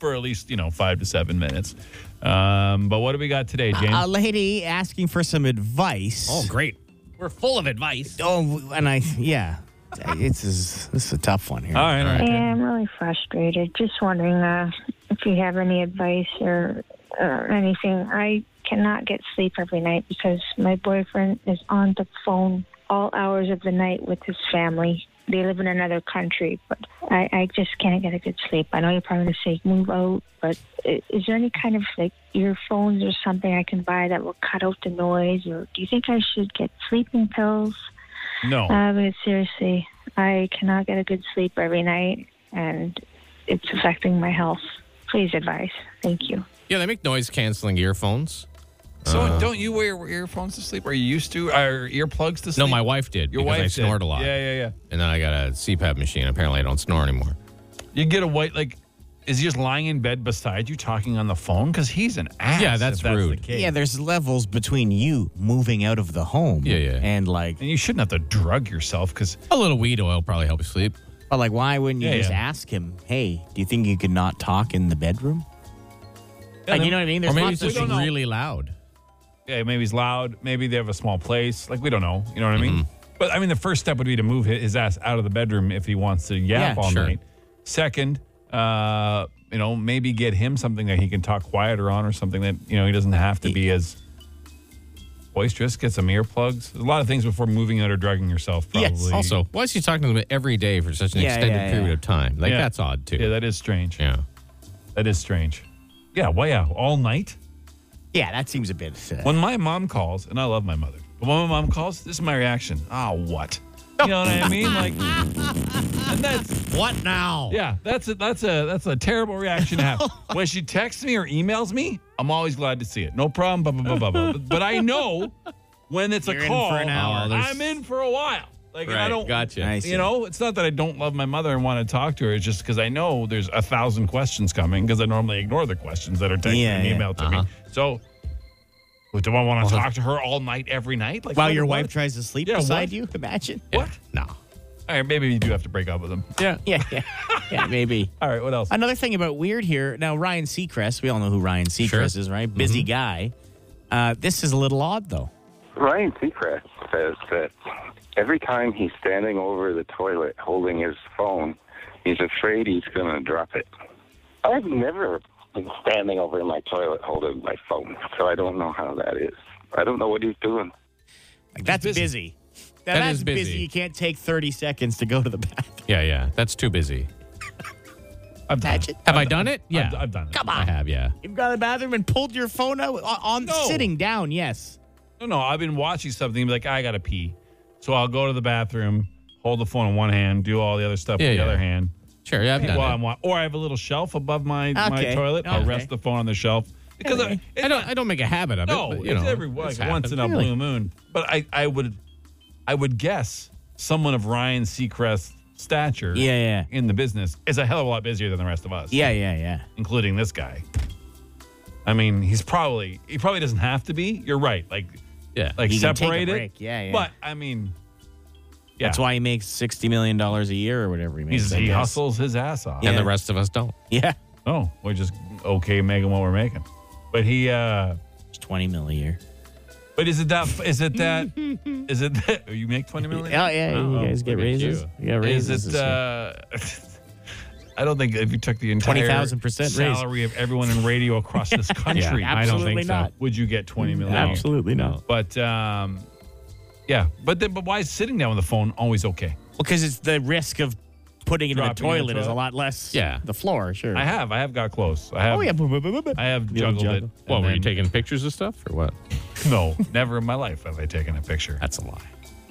B: for at least, you know, five to seven minutes. Um, but what do we got today, James?
C: Uh,
D: A lady asking for some advice.
C: great. We're full of advice.
D: Oh, and I, yeah. It's is this is a tough one here.
B: All right, all
P: Hey,
B: right.
P: I'm really frustrated. Just wondering uh, if you have any advice or, or anything. I cannot get sleep every night because my boyfriend is on the phone all hours of the night with his family. They live in another country, but I, I just can't get a good sleep. I know you're probably going to say move out, but i- is there any kind of like earphones or something I can buy that will cut out the noise? Or do you think I should get sleeping pills?
B: No.
P: Uh, but seriously, I cannot get a good sleep every night, and it's affecting my health. Please advise. Thank you.
C: Yeah, they make noise canceling earphones.
B: so
C: Uh,
B: don't you wear earphones to sleep? Are you used to? Are earplugs to sleep?
C: No, my wife did.
B: Your
C: because
B: wife
C: I
B: did.
C: snort a lot.
B: Yeah, yeah, yeah.
C: And then I got a CPAP machine. Apparently, I don't snore anymore.
B: You get a white like. Is he just lying in bed beside you talking on the phone? Because he's an ass.
C: Yeah,
B: if
C: that's
B: the
C: rude.
B: case.
D: Yeah, there's levels between you moving out of the home.
C: Yeah, yeah.
D: And like,
B: And you shouldn't have to drug yourself because
C: A little weed oil probably helps you sleep.
D: but like, why wouldn't you
B: Yeah,
D: just
B: yeah.
D: ask him? Hey, do you think you could not talk in the bedroom? like, you know what I mean?
C: Or
D: There's
C: maybe
D: lots
C: it's
D: of
C: just
D: things-
C: really loud.
B: yeah, maybe he's loud. Maybe they have a small place. Like we don't know. You know what I mean?
C: Mm-hmm.
B: But I mean, the first step would be to move hi- his ass out of the bedroom if he wants to yap
D: Yeah,
B: all
C: sure.
B: night. Second, uh, you know, maybe get him something that he can talk quieter on, or something that you know he doesn't have to be as boisterous. Get some earplugs. There's a lot of things before moving out or drugging yourself. Probably.
D: Yes.
C: Also, why is he talking to them every day for such an
D: Yeah,
C: extended
D: yeah, yeah.
C: period of time? Like,
B: Yeah.
C: that's odd, too.
B: yeah, that is strange.
C: yeah.
B: That is strange. Yeah, well, yeah, all night.
D: Yeah, that seems a bit. Uh,
B: When my mom calls, and I love my mother, but when my mom calls, this is my reaction. Ah, what? You know what I mean? Like, and that's
C: What now?
B: yeah, that's a, that's a that's a terrible reaction to have. when she texts me or emails me, I'm always glad to see it. No problem. Blah, blah, blah, blah, blah. But I know when it's
C: You're
B: a
C: in
B: call,
C: for an hour.
D: Oh,
C: There's-
B: I'm in for a while. Like, and
C: Right,
B: I don't.
C: gotcha.
D: I see.
B: You know, it's not that I don't love my mother and want to talk to her. It's just because I know there's a thousand questions coming because I normally ignore the questions that are texted
D: Yeah,
B: and
D: yeah.
B: emailed to
C: Uh-huh.
B: me. So, well, do I want to talk to her all night every night? Like
D: while
B: what-
D: your
B: what-
D: wife tries to sleep
B: Yeah,
D: beside
B: what?
D: you, imagine.
B: What?
C: No.
B: All right, maybe you do have to break up with him. Yeah.
D: Yeah, yeah, yeah, maybe.
B: All right. What else?
D: Another thing about weird here. Now, Ryan Seacrest. We all know who Ryan Seacrest
C: Sure.
D: is, right? Busy guy. Uh, this is a little odd, though.
Q: Ryan Seacrest says that every time he's standing over the toilet holding his phone, he's afraid he's going to drop it. I've never been standing over my toilet holding my phone, so I don't know how that is. I don't know what he's doing.
D: Like, that's busy. Now,
C: That
D: that's
C: is busy.
D: You can't take 30 seconds to go to the bathroom.
C: Yeah, yeah. That's too busy.
B: I've done.
D: Imagine.
B: it.
C: Have I done it? Yeah.
B: I've, I've done it.
D: Come
C: I
D: on.
C: have, yeah.
D: You've gone to the bathroom and pulled your phone out on, on
B: No.
D: sitting down. Yes.
B: No, no. I've been watching something. Be like, I gotta pee, so I'll go to the bathroom, hold the phone in one hand, do all the other stuff
C: Yeah,
B: with
C: yeah.
B: the other hand.
C: Sure, yeah, I've done
B: While
C: it.
B: I'm wa- or I have a little shelf above my my
D: Okay.
B: toilet. I'll
D: Okay.
B: rest the phone on the shelf. because I,
C: I don't. I don't make a habit of
B: no,
C: it. but, you know,
B: it's every like,
C: it's
B: once in
C: happened.
B: a
C: Really?
B: blue moon. But I, I would, I would guess someone of Ryan Seacrest's stature,
D: Yeah, yeah.
B: in the business is a hell of a lot busier than the rest of us.
D: Yeah, yeah, yeah.
B: including this guy. I mean, he's probably he probably doesn't have to be. You're right. Like,
C: yeah,
B: like
D: He can take a
B: separate it.
D: break. Yeah, yeah.
B: But I mean, yeah.
D: That's why he makes sixty million dollars a year or whatever he makes.
B: He's,
D: I
B: he
D: guess.
B: hustles his ass off.
D: Yeah.
C: And the rest of us don't.
D: Yeah,
B: Oh, we're just okay making what we're making. But he uh
D: it's twenty mil a year.
B: but is it that is it that is it that oh, you make 20 million? Oh,
D: Yeah, Oh, yeah, you guys get
B: look at
D: raises.
B: you.
D: You got raises
B: Is
D: this
B: it
D: year.
B: uh I don't think if you took the entire
D: 20,000% raise.
B: salary of everyone in radio across this country,
C: Yeah,
B: I don't think
C: absolutely not.
B: so. Would you get 20 million?
D: Absolutely not.
B: But um yeah, but then but why is sitting down on the phone always okay?
D: Because it's the risk of putting it in the
B: Dropping it in the
D: toilet is a
B: toilet.
D: lot less.
C: Yeah.
D: the floor, sure.
B: I have, I have got close. I have
D: Oh yeah. boop, boop, boop, boop.
B: I have
D: don't
B: juggled it.
D: juggle.
C: What
B: and
C: were you
B: then-
C: taking pictures of stuff or what?
B: No, never in my life have I taken a picture.
C: That's a lie.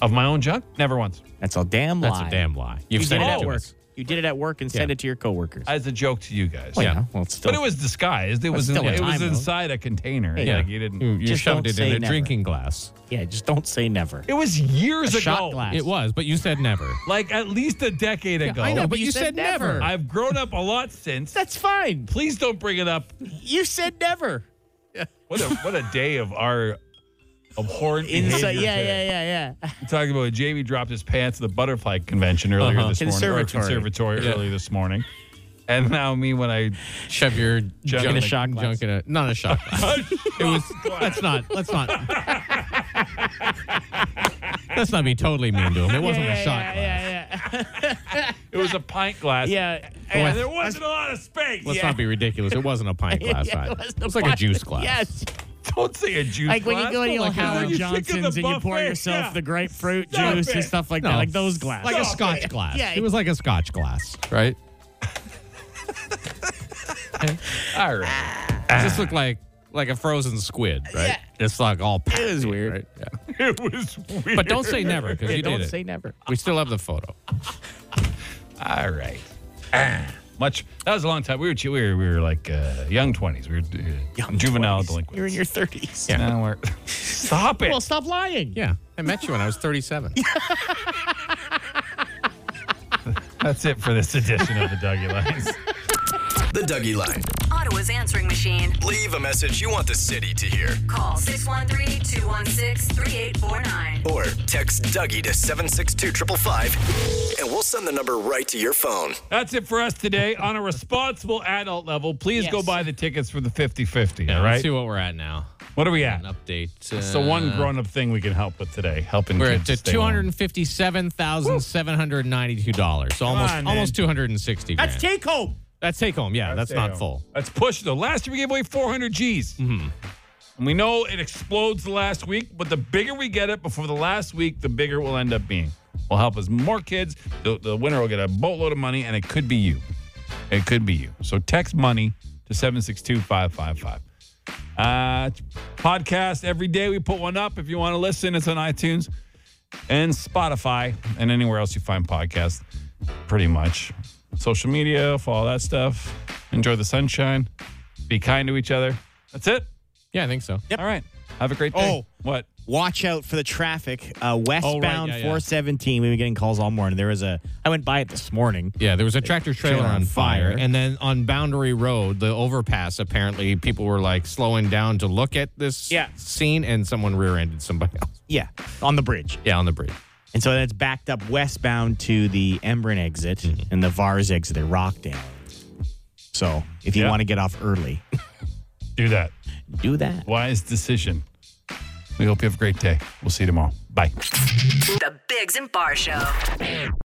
B: Of my own junk? Never once.
D: That's a damn lie.
C: That's a damn lie.
D: You
C: You've
D: did
C: said
D: it
C: it
D: at
C: to
D: work.
C: us.
D: You did it at work and sent
C: Yeah.
D: it to your coworkers.
B: As a joke to you guys.
D: Well, yeah. Well, it's still.
B: But it was disguised. It
D: But
B: was
D: still a
B: it was
D: time, though.
B: inside a container.
D: Yeah.
B: Like you didn't.
C: You, you
D: Just
C: shoved
D: don't
C: it
D: say
C: in a
D: never.
C: drinking glass.
D: Yeah, just don't say never.
B: It was years
D: A
B: ago.
D: shot glass.
C: It was, but you said never.
B: Like at least a decade ago.
D: I know, but you said never.
B: I've grown up a lot since.
D: That's fine.
B: Please don't bring it up.
D: You said never.
B: What a what a day of our abhorrent
D: Inside.
B: behavior
D: Yeah,
B: today.
D: yeah, yeah, yeah.
B: You're talking about Jamie dropped his pants at the butterfly convention earlier
C: Uh-huh.
B: this morning. Or
D: Conservatory.
B: conservatory earlier this morning. And now me when I
C: Shove your junk
B: in a
D: shot glass.
C: Junk in a, not a shot glass.
B: it was
C: let's not. Let's not. let's not be totally mean to him. It wasn't a shot glass.
B: it was a pint glass. Oh,
D: Yeah.
B: And there wasn't a lot of space.
C: Let's not be ridiculous. It wasn't a pint glass
D: Yeah,
C: either.
D: it wasn't a
C: was like a
D: pint-
C: juice glass.
D: Yes.
B: Don't say a juice
D: Like when you go to your
B: glass.
D: Howard
B: You think of the
D: Johnson's and you pour
B: buffet,
D: yourself
B: yeah.
D: the grapefruit
B: Stop
D: juice
B: it.
D: and stuff like that, like those glasses.
C: Like a
B: Stop
C: scotch
B: it.
C: glass.
D: Yeah.
C: It was like a scotch glass, right?
B: All right.
C: This looked like like a frozen squid, right?
D: Yeah.
C: It's like all packed.
D: It was
C: in,
D: weird.
C: right? Yeah.
B: It was weird.
C: But don't say never because
D: Yeah,
C: you
D: don't
C: did
D: say
C: it.
D: never.
C: We still have the photo.
B: All right. Ah, much. That was a long time. We were we were, we were like uh, young twenties. We were uh, juvenile
D: 20s.
B: delinquents.
D: You're in your 30s.
B: Now we're. Stop it.
D: Well, stop lying.
C: Yeah, I met you when I was 37.
B: That's it for this edition of the Dougie Lines.
A: The Dougie Line.
H: Ottawa's answering machine.
A: Leave a message you want the city to hear.
H: Call 613 216 3849.
A: Or text Dougie to 762-555 and we'll send the number right to your phone.
B: That's it for us today. On a responsible adult level, please go
D: Yes.
B: buy the tickets for the 50-50, all
C: Let's
B: right?
C: see what we're at now.
B: What are we at?
C: An update.
B: It's the
C: uh,
B: one grown-up thing we can help with today, helping
C: We're at
B: kids stay
C: two hundred and fifty-seven thousand seven hundred ninety-two dollars. So almost
B: on, man.
C: almost two hundred and sixty.
D: That's take home.
C: That's take home. Yeah, that's, not full.
B: Let's push though. Last year we gave away 400 G's. And we know it explodes the last week, but the bigger we get it before the last week, the bigger it will end up being. We'll help us more kids. The, the winner will get a boatload of money, and it could be you. It could be you. So text money to 762 555. Uh, podcast every day. We put one up. If you want to listen, it's on iTunes and Spotify and anywhere else you find podcasts, pretty much. Social media, follow that stuff. Enjoy the sunshine. Be kind to each other. That's it.
C: Yeah, I think so.
B: All right. Have a great day.
D: Oh.
B: What?
D: Watch out for the traffic uh, westbound
C: Oh, yeah, yeah.
D: 417. We've been getting calls all morning. There was a. I went by it this morning.
C: Yeah, there was a tractor trailer
D: trailer
C: on
D: on
C: fire.
D: fire.
C: And then on Boundary Road, the overpass, apparently people were like slowing down to look at this
D: Yeah.
C: scene and someone rear ended somebody else.
D: Yeah, on the bridge.
C: Yeah, on the bridge.
D: And so that's backed up westbound to the Embrun exit and the VARS exit at Rockdale. So if you
B: Yeah.
D: want to get off early,
B: Do that.
D: do that.
B: Wise decision. We hope you have a great day. We'll see you tomorrow. Bye.
H: The Bigs and Bar Show.